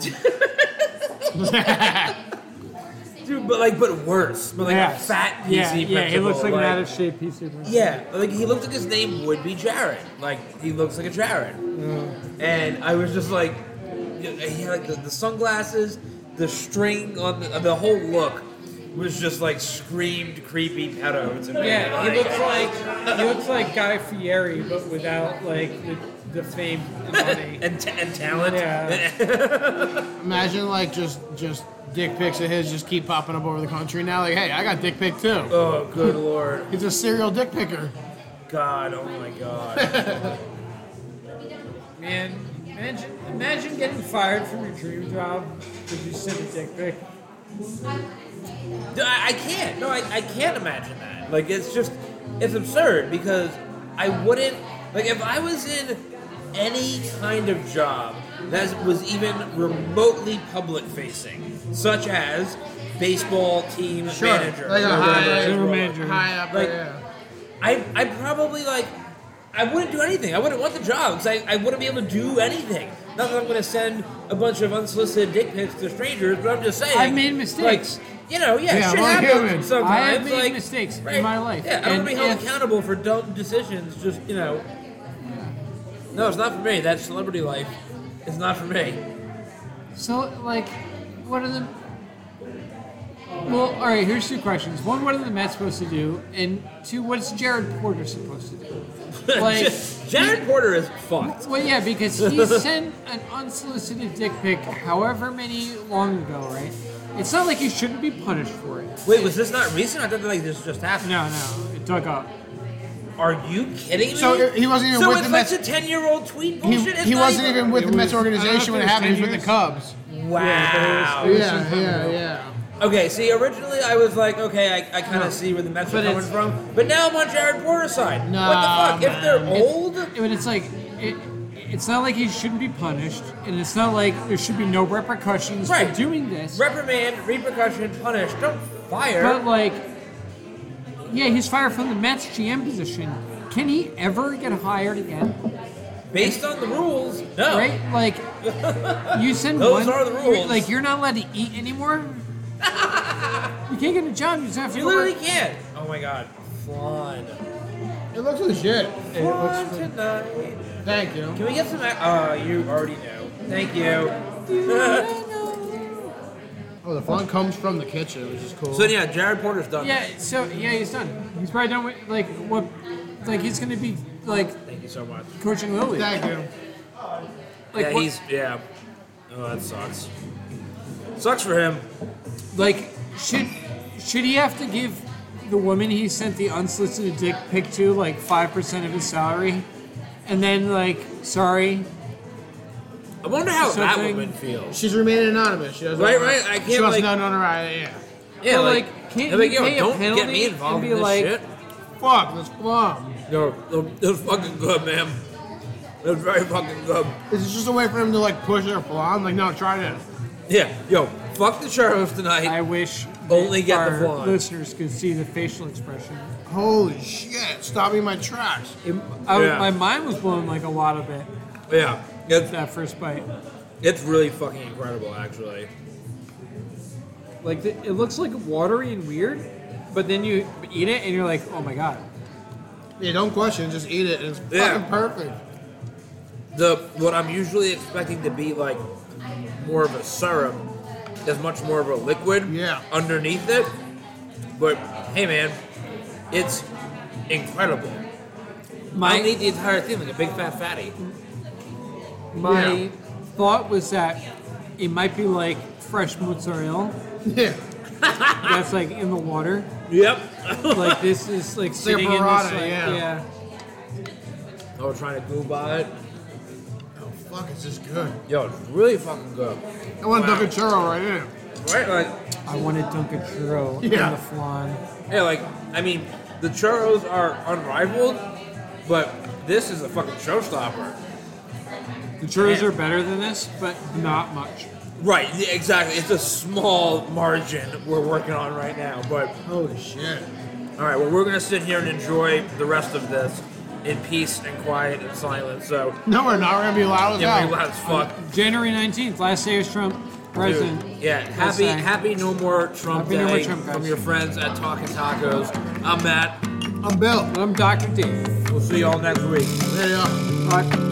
[SPEAKER 2] dude, but like, but worse, but like
[SPEAKER 1] Yes.
[SPEAKER 2] a fat PC
[SPEAKER 1] yeah,
[SPEAKER 2] principal.
[SPEAKER 1] Yeah, he looks like, an out of shape PC Principal.
[SPEAKER 2] Yeah, but, like he looks like his name would be Jared. Like he looks like a Jared.
[SPEAKER 1] Mm.
[SPEAKER 2] And I was just like, yeah, he had like the, the sunglasses, the string on the, the whole look was just like screamed creepy pedo to me.
[SPEAKER 1] Yeah, he
[SPEAKER 2] Like,
[SPEAKER 1] looks like he looks like Guy Fieri, but without like the, the fame and <laughs> money.
[SPEAKER 2] <laughs> and, t- and talent.
[SPEAKER 1] Yeah.
[SPEAKER 3] Imagine like just just dick pics of his just keep popping up over the country now. Like, hey, I got dick pic too.
[SPEAKER 2] <laughs> oh, good lord,
[SPEAKER 3] He's a serial dick picker.
[SPEAKER 2] God, oh my God.
[SPEAKER 1] man. Imagine, imagine getting fired from your dream job because you sent a dick pic.
[SPEAKER 2] D- I, I can't. No, I, I can't imagine that. Like, it's just, it's absurd because I wouldn't, like, if I was in any kind of job that was even remotely public facing, such as baseball team
[SPEAKER 3] Sure.
[SPEAKER 2] manager,
[SPEAKER 3] Like a high,
[SPEAKER 4] General manager.
[SPEAKER 3] high up.
[SPEAKER 2] Like-
[SPEAKER 3] yeah.
[SPEAKER 2] I, I probably like I wouldn't do anything. I wouldn't want the job because I, I wouldn't be able to do anything. Not that I'm going to send a bunch of unsolicited dick pics to strangers, but I'm just saying.
[SPEAKER 1] I've made mistakes.
[SPEAKER 2] Like, you know, yeah,
[SPEAKER 3] Yeah,
[SPEAKER 2] shit
[SPEAKER 3] we're
[SPEAKER 2] happens
[SPEAKER 3] human.
[SPEAKER 2] sometimes.
[SPEAKER 1] I have made
[SPEAKER 2] like-
[SPEAKER 1] mistakes in my life,
[SPEAKER 2] Yeah, I don't want
[SPEAKER 1] and
[SPEAKER 2] to be held
[SPEAKER 1] if-
[SPEAKER 2] accountable for dumb decisions. Just you know. No, it's not for me. That celebrity life is not for me. <laughs>
[SPEAKER 1] So, like, what are the. Well, all right, here's two questions. One, what are the Mets supposed to do? And two, what's Jared Porter supposed to do? Like-
[SPEAKER 2] Jared Porter is fucked.
[SPEAKER 1] Well, yeah, because
[SPEAKER 3] <laughs>
[SPEAKER 1] he sent an unsolicited dick pic however many long ago, right? It's not like he shouldn't be punished for it.
[SPEAKER 2] Wait, was this not recent? I thought like this just happened.
[SPEAKER 1] No, no, it dug up.
[SPEAKER 2] Are you kidding me?
[SPEAKER 3] So he wasn't even
[SPEAKER 2] So
[SPEAKER 3] with
[SPEAKER 2] it's
[SPEAKER 3] the
[SPEAKER 2] like
[SPEAKER 3] Mets-
[SPEAKER 2] a ten-year-old tweet
[SPEAKER 3] He,
[SPEAKER 2] bullshit. It's
[SPEAKER 3] he
[SPEAKER 2] not
[SPEAKER 3] wasn't even with the
[SPEAKER 4] It
[SPEAKER 3] Mets
[SPEAKER 4] was-
[SPEAKER 3] organization when it
[SPEAKER 4] I don't know
[SPEAKER 3] happened.
[SPEAKER 4] if
[SPEAKER 3] He
[SPEAKER 4] it was
[SPEAKER 3] was with the Cubs.
[SPEAKER 2] Wow.
[SPEAKER 3] Yeah,
[SPEAKER 4] was
[SPEAKER 3] yeah,
[SPEAKER 4] some-
[SPEAKER 3] yeah.
[SPEAKER 2] Okay. See, originally I was like, okay, I, I kind of see where the Mets are
[SPEAKER 1] But
[SPEAKER 2] coming
[SPEAKER 1] it's-
[SPEAKER 2] from, but now I'm on Jared Porter's side.
[SPEAKER 3] Nah,
[SPEAKER 2] what the fuck? If they're old,
[SPEAKER 1] But it's like, it, it's not like he shouldn't be punished, and it's not like there should be no repercussions
[SPEAKER 2] Right.
[SPEAKER 1] for doing this.
[SPEAKER 2] reprimand, repercussion, punish. Don't fire.
[SPEAKER 1] But like, yeah, he's fired from the Mets GM position. Can he ever get hired again?
[SPEAKER 2] Based on the rules, no.
[SPEAKER 1] Right? Like, you send
[SPEAKER 2] Those
[SPEAKER 1] one.
[SPEAKER 2] are the
[SPEAKER 1] you're-
[SPEAKER 2] rules.
[SPEAKER 1] Like, you're not allowed to eat anymore. you can't get a job. You just have to
[SPEAKER 2] You
[SPEAKER 1] go work.
[SPEAKER 2] literally can't. Oh my god. Flan.
[SPEAKER 3] It looks legit.
[SPEAKER 2] Flan tonight.
[SPEAKER 3] Thank you.
[SPEAKER 2] Can we get some? Uh, you already know. Thank you. <laughs>
[SPEAKER 3] Oh, the font comes from the kitchen, which is cool.
[SPEAKER 2] so yeah, Jared Porter's done.
[SPEAKER 1] Yeah. So yeah, he's done. He's probably done with like what, like he's gonna be like
[SPEAKER 2] Thank you so much.
[SPEAKER 1] coaching Lily. Like
[SPEAKER 3] Thank you.
[SPEAKER 1] what-
[SPEAKER 2] yeah, he's yeah. Oh, that sucks. Sucks for him.
[SPEAKER 1] like should should he have to give the woman he sent the unsolicited dick pic to like five percent of his salary, and then like sorry,
[SPEAKER 2] I wonder how that
[SPEAKER 1] Something-
[SPEAKER 2] woman feels.
[SPEAKER 3] She's remaining anonymous. She doesn't.
[SPEAKER 2] Right, right, I
[SPEAKER 3] she
[SPEAKER 2] can't,
[SPEAKER 3] wants
[SPEAKER 2] like-
[SPEAKER 3] no notoriety. Yeah.
[SPEAKER 2] Yeah,
[SPEAKER 1] But,
[SPEAKER 2] like,
[SPEAKER 1] like, can't
[SPEAKER 2] I'm like,
[SPEAKER 1] you
[SPEAKER 2] yo,
[SPEAKER 1] pay a
[SPEAKER 2] don't get
[SPEAKER 1] penalty
[SPEAKER 2] me
[SPEAKER 1] and
[SPEAKER 2] involved in
[SPEAKER 1] be
[SPEAKER 2] this
[SPEAKER 1] like-
[SPEAKER 2] shit.
[SPEAKER 3] Fuck, let's plum.
[SPEAKER 2] No, no, it was fucking good, man. It was very fucking good.
[SPEAKER 3] Is this just a way for him to like push her flan? Like, no, try this.
[SPEAKER 2] Yeah, yo, fuck the sheriff tonight.
[SPEAKER 1] I wish
[SPEAKER 2] Only get the
[SPEAKER 1] our
[SPEAKER 2] vlog.
[SPEAKER 1] listeners could see the facial expression.
[SPEAKER 3] Holy shit! Stop me in my tracks.
[SPEAKER 1] It, I,
[SPEAKER 2] Yeah.
[SPEAKER 1] My mind was blown like a lot of it
[SPEAKER 2] yeah, it's,
[SPEAKER 1] that first bite.
[SPEAKER 2] it's really fucking incredible, actually.
[SPEAKER 1] Like the, it looks like watery and weird, but then you eat it and you're like, oh my god.
[SPEAKER 3] Yeah, don't question. Just eat it. and It's
[SPEAKER 2] Yeah.
[SPEAKER 3] fucking perfect. <laughs>
[SPEAKER 2] The what I'm usually expecting to be like more of a syrup is much more of a liquid.
[SPEAKER 3] Yeah.
[SPEAKER 2] underneath it. But hey, man, it's incredible.
[SPEAKER 1] My
[SPEAKER 2] I need the entire thing like a big fat fatty.
[SPEAKER 1] my
[SPEAKER 3] Yeah.
[SPEAKER 1] thought was that it might be like fresh mozzarella
[SPEAKER 3] Yeah.
[SPEAKER 1] that's like in the water.
[SPEAKER 2] <laughs> Yep.
[SPEAKER 1] Like this is like sitting in this.
[SPEAKER 3] burrata,
[SPEAKER 1] like-
[SPEAKER 3] yeah.
[SPEAKER 1] yeah.
[SPEAKER 2] Oh, trying to goo by it.
[SPEAKER 3] Oh fuck, is this good?
[SPEAKER 2] Yo, it's really fucking good.
[SPEAKER 3] I want
[SPEAKER 2] Wow.
[SPEAKER 3] wow. Dunkin' Churro right in.
[SPEAKER 2] Right? Like,
[SPEAKER 1] I wanted Dunkin' Churro
[SPEAKER 3] Yeah.
[SPEAKER 1] and the flan.
[SPEAKER 2] yeah, like, I mean, the churros are unrivaled, but this is a fucking showstopper.
[SPEAKER 1] The churros
[SPEAKER 2] Yeah.
[SPEAKER 1] are better than this, but not much.
[SPEAKER 2] Right, yeah, exactly. It's a small margin we're working on right now, but
[SPEAKER 3] Holy shit.
[SPEAKER 2] All right, well, we're going to sit here and enjoy the rest of this in peace and quiet and silence. So,
[SPEAKER 3] No, we're not. We're gonna be loud as
[SPEAKER 2] yeah,
[SPEAKER 3] hell.
[SPEAKER 2] we loud as fuck.
[SPEAKER 1] January 19th, last day of Trump
[SPEAKER 2] Dude,
[SPEAKER 1] president.
[SPEAKER 2] yeah,
[SPEAKER 1] That's
[SPEAKER 2] happy,
[SPEAKER 1] nice.
[SPEAKER 2] happy no more Trump
[SPEAKER 1] Happy
[SPEAKER 2] day
[SPEAKER 1] no more Trump, guys.
[SPEAKER 2] from your friends at Talking Tacos. I'm Matt.
[SPEAKER 3] I'm Bill.
[SPEAKER 1] I'm Dr. D.
[SPEAKER 2] We'll see y'all next week.
[SPEAKER 3] There you are.
[SPEAKER 1] Bye.